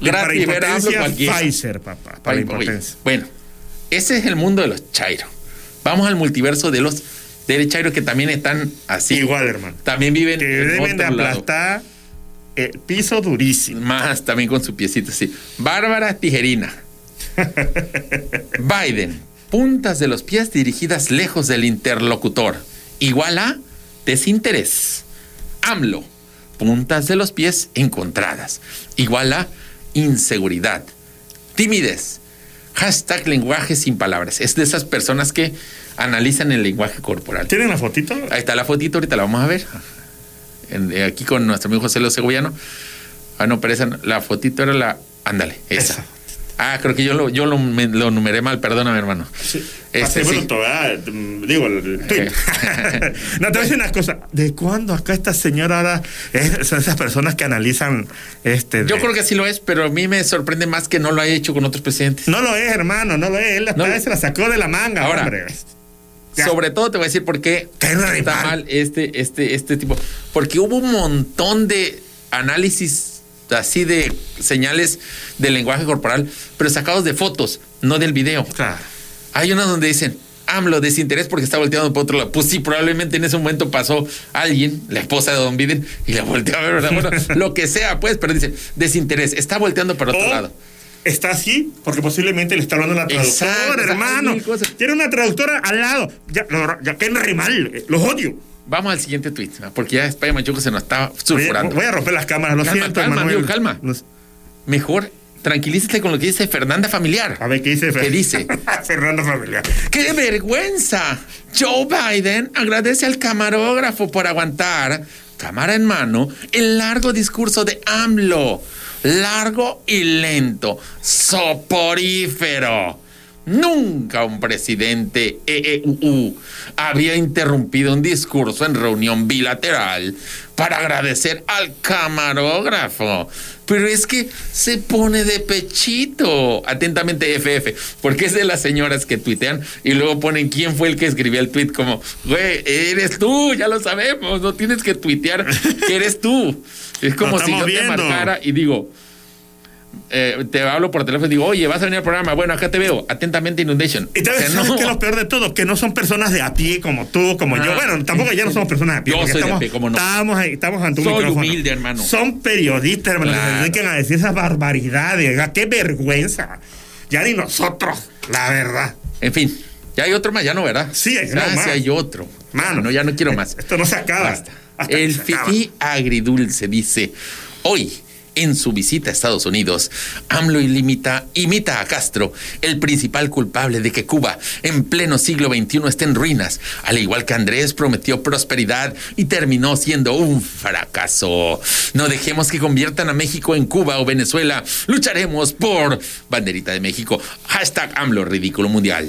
S5: Y para
S4: Gratis ver a AMLO
S5: impotencia,
S4: cualquiera.
S5: Pfizer, papá, para
S4: Oye,
S5: impotencia.
S4: Bueno, ese es el mundo de los chairo. Vamos al multiverso de los del chairo que también están así.
S5: Igual, hermano.
S4: También viven
S5: Que
S4: en
S5: deben de
S4: otro lado.
S5: aplastar el piso durísimo.
S4: Más también con su piecito, sí. Bárbara Tijerina. Biden, puntas de los pies dirigidas lejos del interlocutor, igual a desinterés. AMLO, puntas de los pies encontradas, igual a inseguridad, timidez. Hashtag lenguaje sin palabras. Es de esas personas que analizan el lenguaje corporal.
S5: ¿Tienen la fotito?
S4: Ahí está la fotito, ahorita la vamos a ver. En- eh, aquí con nuestro amigo José Lo Seguiano. Ah, no, pero esa, no, la fotito era la. Ándale, esa.
S5: Esa.
S4: Ah, creo que yo lo, yo lo, me- lo numeré mal, perdóname, hermano.
S5: Este,
S4: Este, sí. Eh.
S5: bruto, ¿verdad? Mm, Digo, el- el tweet. no, te voy a decir unas cosas. ¿De cuándo acá esta señora ahora es- son esas personas que analizan este?
S4: Yo
S5: de-
S4: creo que sí lo es, pero a mí me sorprende más que no lo haya hecho con otros presidentes.
S5: No lo es, hermano, no lo es. Él la
S4: No.
S5: espada se la sacó de la manga,
S4: Ahora,
S5: hombre. Ya.
S4: Sobre todo te voy a decir por qué
S5: Terrible.
S4: está mal este, este, este tipo. Porque hubo un montón de análisis así de señales del lenguaje corporal, pero sacados de fotos, no del video.
S5: Claro.
S4: Hay una donde dicen, AMLO, desinterés porque está volteando por otro lado. Pues sí, probablemente en ese momento pasó alguien, la esposa de Don Biden, y la volteó a ver, ¿verdad? Bueno, lo que sea, pues, pero dicen, desinterés, está volteando para otro
S5: O
S4: lado.
S5: Está así porque posiblemente le está hablando la traductora,
S4: Exacto, exacto,
S5: hermano.
S4: mil cosas.
S5: Tiene una traductora al lado. Ya, lo- ya que rimal, eh, los odio.
S4: Vamos al siguiente tweet, ¿no? porque ya España Manchuco se nos está
S5: Oye,
S4: sulfurando.
S5: voy a romper las cámaras, lo
S4: Calma,
S5: siento,
S4: calma,
S5: Manuel.
S4: amigo, calma. Mejor tranquilízate con lo que dice Fernanda Familiar.
S5: A ver qué dice.
S4: ¿Qué dice?
S5: Fernando Familiar.
S4: ¡Qué vergüenza! Joe Biden agradece al camarógrafo por aguantar, cámara en mano, el largo discurso de AMLO. Largo y lento, soporífero. Nunca un presidente EEUU había interrumpido un discurso en reunión bilateral para agradecer al camarógrafo. Pero es que se pone de pechito. Atentamente, FF, porque es de las señoras que tuitean y luego ponen quién fue el que escribió el tweet, como, güey, eres tú, ya lo sabemos, no tienes que tuitear que eres tú. Es como
S5: Lo
S4: si yo
S5: estamos
S4: te
S5: viendo.
S4: marcara y digo, eh, te hablo por teléfono y digo, oye, vas a venir al programa. Bueno, acá te veo. Atentamente, Inundation.
S5: Y
S4: O
S5: sabes,
S4: sea,
S5: ¿sabes
S4: no.
S5: qué es lo peor de todo? Que no son personas de a pie como tú, como
S4: Ah,
S5: yo. Bueno, tampoco ya no somos personas de a pie.
S4: Yo
S5: porque
S4: soy de a
S5: estamos,
S4: pie, cómo no.
S5: Estamos, ahí, estamos ante un
S4: Soy
S5: micrófono.
S4: humilde, hermano.
S5: Son periodistas, hermano. que
S4: Claro.
S5: Se dedican a decir esas barbaridades. oiga, ¡Qué vergüenza! Ya ni nosotros, la verdad.
S4: En fin, ya hay otro más, ya no, ¿verdad?
S5: Sí, hay uno
S4: Ah,
S5: más.
S4: sí, hay otro.
S5: Mano. eh,
S4: no, ya no quiero más.
S5: Esto no se acaba.
S4: Basta.
S5: Hasta que
S4: El
S5: se acaba.
S4: fifí agridulce dice, hoy, en su visita a Estados Unidos, AMLO ilimita- imita a Castro, el principal culpable de que Cuba, en pleno siglo XXI, esté en ruinas, al igual que Andrés prometió prosperidad y terminó siendo un fracaso. No dejemos que conviertan a México en Cuba o Venezuela. Lucharemos por banderita de México. Hashtag AMLO ridículo mundial.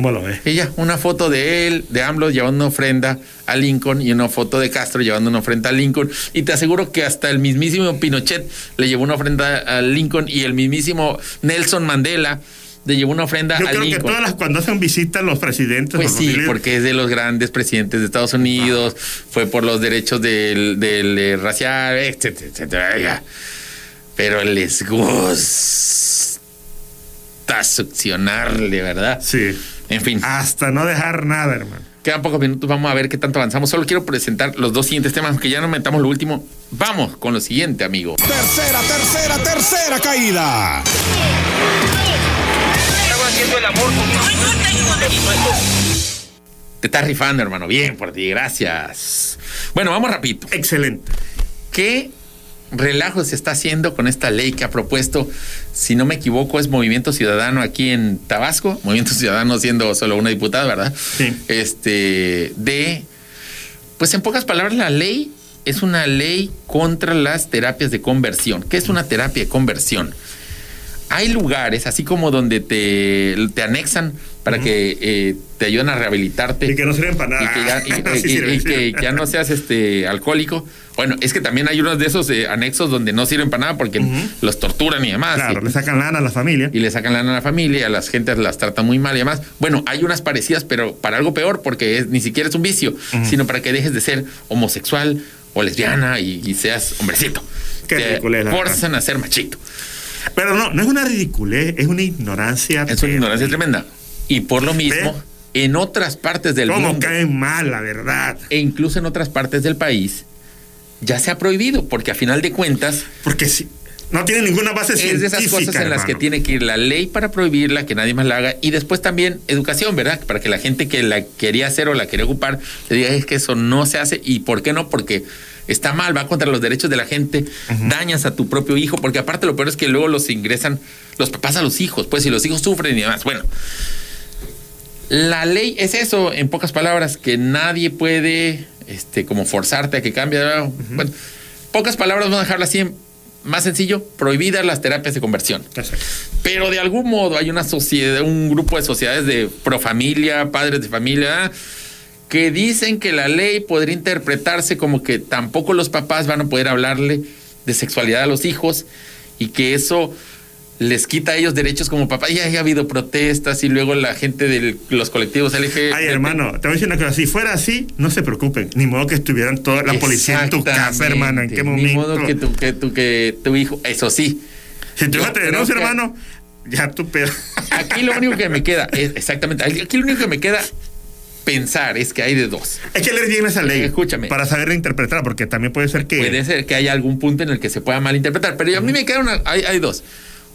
S5: Bueno, lo ves.
S4: Ella, una foto de él, de AMLO, llevando una ofrenda a Lincoln y una foto de Castro llevando una ofrenda a Lincoln. Y te aseguro que hasta el mismísimo Pinochet le llevó una ofrenda a Lincoln y el mismísimo Nelson Mandela le llevó una ofrenda
S5: Yo
S4: a
S5: creo que
S4: Lincoln.
S5: todas las cuando hacen visitas los presidentes.
S4: Pues
S5: o los
S4: sí,
S5: líderes-
S4: porque es de los grandes presidentes de Estados Unidos, fue por los derechos del, del, eh, racial, etcétera, etcétera. oiga. Pero les gusta succionarle, ¿verdad?
S5: Sí. Ah,
S4: En fin.
S5: Hasta no dejar nada, hermano.
S4: Quedan pocos minutos, vamos a ver qué tanto avanzamos. Solo quiero presentar los dos siguientes temas, aunque ya no metamos lo último. Vamos con lo siguiente, amigo.
S2: Tercera, tercera, tercera caída.
S4: Te estás rifando, hermano. Bien por ti, gracias. Bueno, vamos rapidito.
S5: Excelente.
S4: ¿Qué relajo se está haciendo con esta ley que ha propuesto, si no me equivoco, es Movimiento Ciudadano aquí en Tabasco? Movimiento Ciudadano siendo solo una diputada, ¿verdad?
S5: Sí.
S4: Este, de, pues en pocas palabras, la ley es una ley contra las terapias de conversión. ¿Qué es una terapia de conversión? Hay lugares, así como donde te, te anexan para que eh, te ayuden a rehabilitarte
S5: Y que no sirven para nada.
S4: y que ya, y- eh,
S5: Sí
S4: y-
S5: sirven,
S4: y que
S5: sirven.
S4: ya no seas este alcohólico. Bueno, es que también hay unos de esos eh, anexos donde no sirven para nada porque los torturan y demás.
S5: Claro,
S4: y-
S5: le sacan lana a la familia.
S4: y le sacan lana a la familia, a las gentes las tratan muy mal y demás. Bueno, hay unas parecidas, pero para algo peor, porque es- ni siquiera es un vicio, sino para que dejes de ser homosexual o lesbiana y, y seas hombrecito.
S5: Qué
S4: Te
S5: ridículo es, la
S4: forzan a ser machito.
S5: Pero no, no es una ridiculez, es una ignorancia.
S4: Es una ignorancia tremenda. Y por lo mismo, en otras partes del
S5: Cómo
S4: mundo.
S5: caen mal, la verdad.
S4: e incluso en otras partes del país ya se ha prohibido, porque a final de cuentas
S5: Porque sí. No tiene ninguna base
S4: es
S5: científica.
S4: de esas cosas en las
S5: hermano.
S4: que tiene que ir la ley para prohibirla, que nadie más la haga, y después también educación, ¿verdad? Para que la gente que la quería hacer o la quería ocupar le diga, es que eso no se hace, ¿y por qué no? Porque está mal, va contra los derechos de la gente, dañas a tu propio hijo, porque aparte lo peor es que luego los ingresan los papás a los hijos, pues si los hijos sufren y demás. Bueno, la ley es eso, en pocas palabras, que nadie puede este, como forzarte a que cambie. ¿verdad? Bueno, pocas palabras, vamos a dejarla así en- más sencillo, prohibidas las terapias de conversión. Pero de algún modo hay una sociedad, un grupo de sociedades de pro familia, padres de familia, ¿verdad? que dicen que la ley podría interpretarse como que tampoco los papás van a poder hablarle de sexualidad a los hijos y que eso les quita a ellos derechos como papá. Ya ha habido protestas y luego la gente de los colectivos LGBT.
S5: Ay, hermano, te voy a decir una cosa. Si fuera así, no se preocupen. Ni modo que estuvieran toda la policía en tu casa, hermano. ¿En qué
S4: Ni
S5: momento?
S4: modo que tu, que tu, que tu hijo, eso sí.
S5: Si tu hijo te denuncia, hermano,
S4: ya tu pedo. Aquí lo único que me queda, eh, es- exactamente, aquí lo único que me queda pensar es que hay de dos.
S5: Es que leer bien esa ley.
S4: Escúchame.
S5: Para saber interpretar, porque también puede ser que.
S4: Puede ser que haya algún punto en el que se pueda malinterpretar, pero a mí me queda una, hay, hay dos.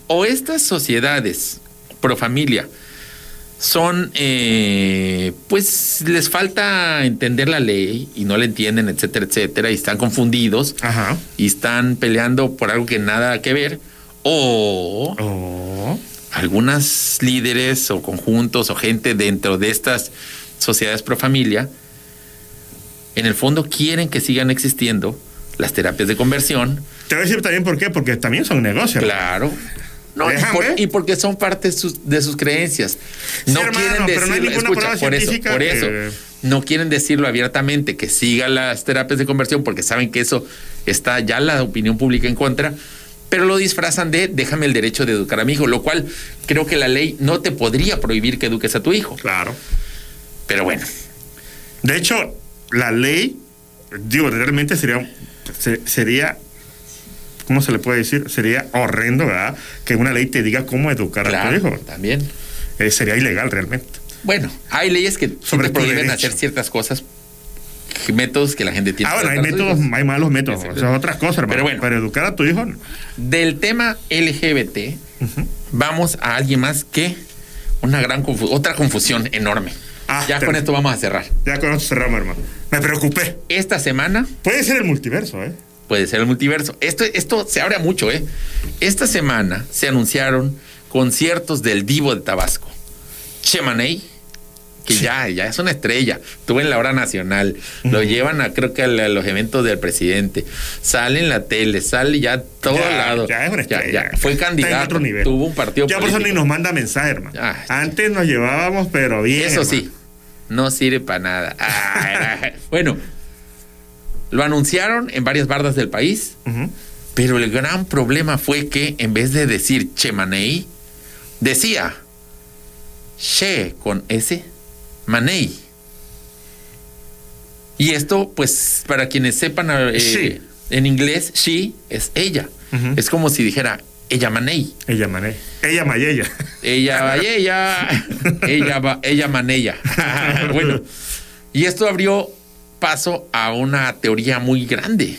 S4: O estas sociedades pro familia son, eh, pues les falta entender la ley y no la entienden, etcétera, etcétera, y están confundidos y están peleando por algo que nada que ver. O Oh. algunas líderes o conjuntos o gente dentro de estas sociedades pro familia en el fondo quieren que sigan existiendo las terapias de conversión.
S5: Te voy a decir también por qué, porque también son negocios.
S4: Claro. No, y, por- y porque son parte sus- de sus creencias. No
S5: hermano,
S4: quieren
S5: pero no
S4: decirlo,
S5: hay ninguna
S4: escucha,
S5: prueba
S4: por eso,
S5: científica
S4: por
S5: que-
S4: eso. No quieren decirlo abiertamente, que sigan las terapias de conversión, porque saben que eso está ya la opinión pública en contra, pero lo disfrazan de déjame el derecho de educar a mi hijo, lo cual creo que la ley no te podría prohibir que eduques a tu hijo.
S5: Claro.
S4: Pero bueno.
S5: De hecho, la ley, digo, realmente sería, se- sería, ¿cómo se le puede decir? Sería horrendo, ¿verdad? Que una ley te diga cómo educar
S4: Claro,
S5: a tu hijo.
S4: También.
S5: Eh, sería ilegal realmente.
S4: Bueno, hay leyes que sobre
S5: tu
S4: prohíben
S5: derecho.
S4: hacer ciertas cosas, métodos que la gente tiene.
S5: Ah, bueno,
S4: para
S5: hay
S4: tratar a sus
S5: métodos,
S4: hijos.
S5: hay malos métodos.
S4: Exacto.
S5: O sea, otras cosas, hermano.
S4: Pero bueno.
S5: Pero educar a tu hijo, no.
S4: Del tema LGBT, vamos a alguien más que una gran confu- otra confusión enorme. ya
S5: pero-
S4: con esto vamos a cerrar.
S5: ya con esto cerramos, hermano. Me preocupé.
S4: Esta semana.
S5: Puede ser el multiverso, ¿eh?
S4: Puede ser el multiverso. Esto, esto se abre a mucho, ¿eh? Esta semana se anunciaron conciertos del Divo de Tabasco. Chemaney, que ya, ya es una estrella. Estuvo en la hora nacional. Lo llevan a, creo que a la- los eventos del presidente. Sale en la tele, sale ya a todo
S5: Ya,
S4: lado.
S5: ya es una
S4: Ya,
S5: estrella.
S4: ya. Fue
S5: Está en
S4: candidato.
S5: otro nivel.
S4: Tuvo un partido
S5: Ya por eso
S4: político. Ah,
S5: ni nos manda mensaje, hermano. Antes nos llevábamos, pero bien.
S4: Eso sí, no sirve para nada. Ah, bueno, lo anunciaron en varias bardas del país, pero el gran problema fue que en vez de decir Chemanei, decía Che con S, Manei. Y esto, pues, para quienes sepan eh,
S5: She.
S4: en inglés, she es ella.
S5: Ujú.
S4: Es como si dijera ella Manei.
S5: Ella mané. Ella mayella.
S4: Ella va y ella. Ella va, ella manella. bueno. Y esto abrió paso a una teoría muy grande.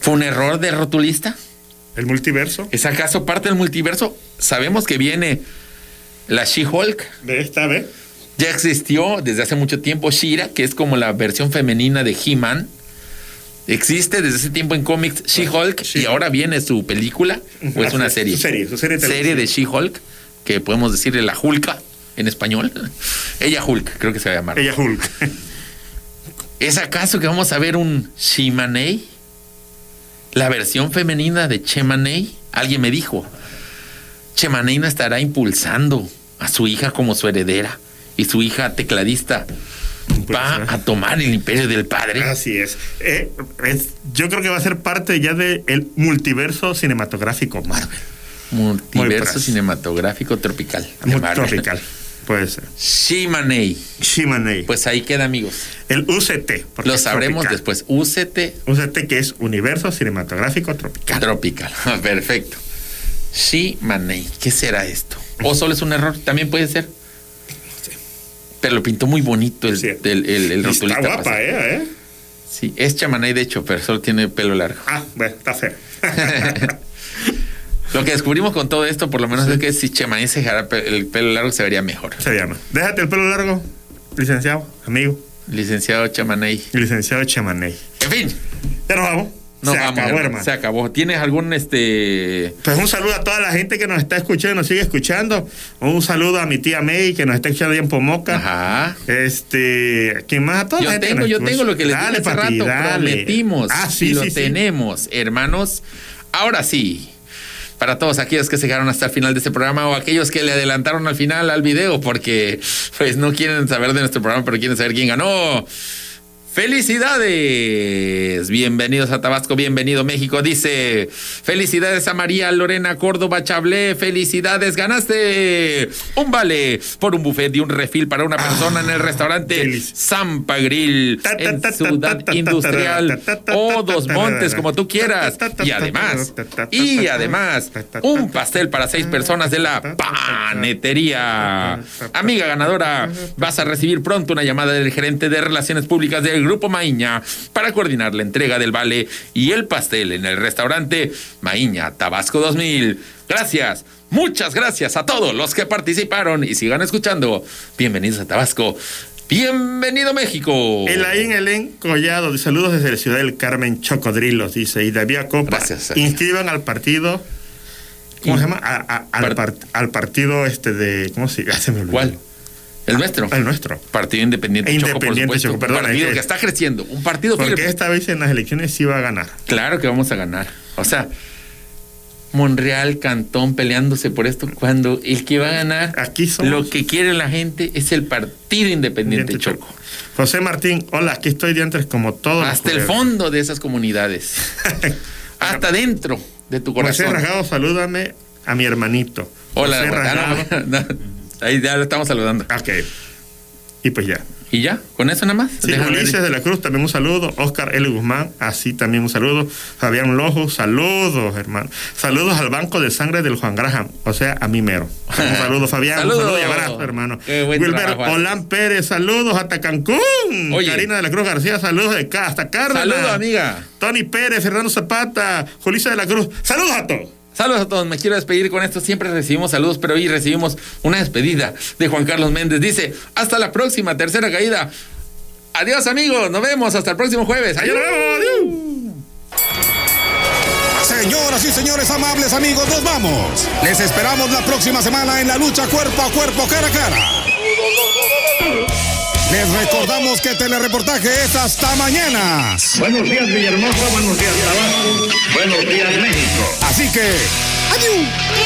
S4: ¿Fue un error de rotulista?
S5: ¿El multiverso?
S4: ¿Es acaso parte del multiverso? Sabemos que viene la She-Hulk.
S5: De esta vez.
S4: Ya existió desde hace mucho tiempo She-Ra, que es como la versión femenina de He-Man. Existe desde hace tiempo en cómics She-Hulk y ahora viene su película o es
S5: Así
S4: una
S5: es,
S4: serie.
S5: su serie, su serie de televisión.
S4: de She-Hulk, que podemos decirle la Hulka en español. Ella Hulk, creo que se va a llamar.
S5: Ella Hulk.
S4: ¿Es acaso que vamos a ver un Shimanei? La versión femenina de Chemanei. Alguien me dijo, Chemanei no estará impulsando a su hija como su heredera y su hija tecladista
S5: Pues,
S4: va
S5: ¿eh?
S4: a tomar el imperio del padre.
S5: Así es. Eh, es- Yo creo que va a ser parte ya del multiverso cinematográfico Marvel. Muy
S4: Multiverso
S5: pras.
S4: cinematográfico tropical.
S5: Muy tropical. Puede ser.
S4: Shimanei. Pues ahí queda, amigos.
S5: El UCT. porque
S4: Lo
S5: es
S4: sabremos
S5: tropical.
S4: después. UCT
S5: UCT que es Universo Cinematográfico Tropical.
S4: Tropical. Perfecto. Shimanei. ¿Qué será esto? ¿O solo es un error? También puede ser. Pero lo pintó muy bonito el, el, el, el
S5: Y
S4: rotulista
S5: está guapa,
S4: pasado.
S5: ¿eh? ¿eh?
S4: Sí, es chamanay de hecho, pero solo tiene pelo largo.
S5: Ah, bueno, está feo.
S4: Lo que descubrimos con todo esto, por lo menos, es que si Chemaní se dejara pe- el pelo largo, se vería mejor.
S5: Se llama. Déjate el pelo largo, licenciado, amigo.
S4: Licenciado Chamaney.
S5: Licenciado Chemaney.
S4: En fin.
S5: Ya nos vamos.
S4: Nos
S5: se
S4: vamos,
S5: acabó,
S4: hermano.
S5: hermano.
S4: Se acabó. ¿Tienes algún este
S5: Pues un saludo a toda la gente que nos está escuchando y nos sigue escuchando. Un saludo a mi tía May que nos está escuchando ahí en Pomoca.
S4: Ajá.
S5: Este, ¿quién más? A toda la
S4: Yo
S5: gente que
S4: tengo,
S5: nos
S4: yo
S5: escucha.
S4: tengo lo que les
S5: Dale,
S4: dije hace
S5: papi,
S4: rato.
S5: dale.
S4: Prometimos.
S5: Ah, sí,
S4: y lo
S5: sí, sí.
S4: tenemos, hermanos. Ahora sí. Para todos aquellos que se quedaron hasta el final de este programa o aquellos que le adelantaron al final al video porque pues no quieren saber de nuestro programa, pero quieren saber quién ganó. ¡Felicidades! Bienvenidos a Tabasco, bienvenido México. Dice: Felicidades a María Lorena Córdoba Chablé, felicidades, ganaste un vale por un buffet y un refil para una persona en el restaurante
S5: feliz.
S4: Zampa Grill
S5: Ta, ta,
S4: en
S5: ta, ta, ta,
S4: Ciudad
S5: ta, ta,
S4: Industrial
S5: ta, ta, ta,
S4: o
S5: ta,
S4: Dos
S5: ta,
S4: Montes,
S5: ta,
S4: como tú quieras.
S5: ta, ta, ta,
S4: Y
S5: ta,
S4: además,
S5: ta, ta, ta,
S4: y
S5: ta,
S4: además,
S5: ta, ta, ta,
S4: un
S5: ta,
S4: pastel para seis personas de la panetería. Amiga ganadora, vas a recibir pronto una llamada del gerente de Relaciones Públicas del Grupo Maíña para coordinar la entrega del vale y el pastel en el restaurante Maíña Tabasco 2000. Gracias. Muchas gracias a todos los que participaron y sigan escuchando. Bienvenidos a Tabasco. Bienvenido México.
S5: Elaín Elén Collado, saludos desde la ciudad del Carmen Chocodrilos, dice, y David Copa.
S4: Gracias, amigo.
S5: Inscriban al partido. ¿Cómo
S4: In-
S5: se llama? A- a- al,
S4: Par-
S5: part- al partido este de. ¿Cómo se llama?
S4: ¿Cuál? El nuestro.
S5: Al nuestro.
S4: Partido Independiente,
S5: E
S4: Choco, por
S5: Independiente
S4: supuesto.
S5: Choco, perdón,
S4: un partido
S5: es que-
S4: que está creciendo. Un partido firme.
S5: Porque esta vez en las elecciones sí va a ganar.
S4: Claro que vamos a ganar. O sea, Monreal, Cantón peleándose por esto cuando el que va a ganar,
S5: Aquí somos.
S4: lo que quiere la gente es el Partido Independiente Choco.
S5: José Martín, hola, aquí estoy de antes como todos. los
S4: Hasta el
S5: jueves.
S4: fondo de esas comunidades. Hasta dentro de tu
S5: José
S4: corazón.
S5: Rasgado, salúdame a mi hermanito.
S4: Hola,
S5: José
S4: ah,
S5: Rasgado.
S4: no, no. Ahí ya lo estamos saludando.
S5: Ok. Y pues ya.
S4: ¿Y ya? ¿Con eso nada más?
S5: Sí,
S4: Déjame ver.
S5: Ulises de la Cruz, también un saludo. Oscar L. Guzmán, así también un saludo. Fabián Lojo, saludos, hermano. Saludos al Banco de Sangre del Juan Graham, o sea, a mí mero. Un saludo, Fabián.
S4: Saludos.
S5: Un saludo y abrazo, hermano.
S4: Qué buen
S5: Wilber
S4: trabajo,
S5: Olán Pérez, saludos hasta Cancún.
S4: Oye.
S5: Karina de la Cruz García, saludos de acá, hasta Cárdenas.
S4: Saludos, amiga.
S5: Tony Pérez, Fernando Zapata, Julisa de la Cruz. Saludos a todos.
S4: Saludos a todos, me quiero despedir con esto. Siempre recibimos saludos, pero hoy recibimos una despedida de Juan Carlos Méndez. Dice, hasta la próxima, tercera caída. Adiós amigos, nos vemos hasta el próximo jueves.
S5: Ahí nos
S4: Adiós.
S5: vemos, adiós.
S2: Señoras y señores, amables amigos, nos vamos. Les esperamos la próxima semana en la lucha cuerpo a cuerpo, cara a cara. Les recordamos que telereportaje es hasta mañana.
S3: Buenos días, Villahermosa. Buenos días, Tabasco. Buenos días, México.
S2: Así que, adiós.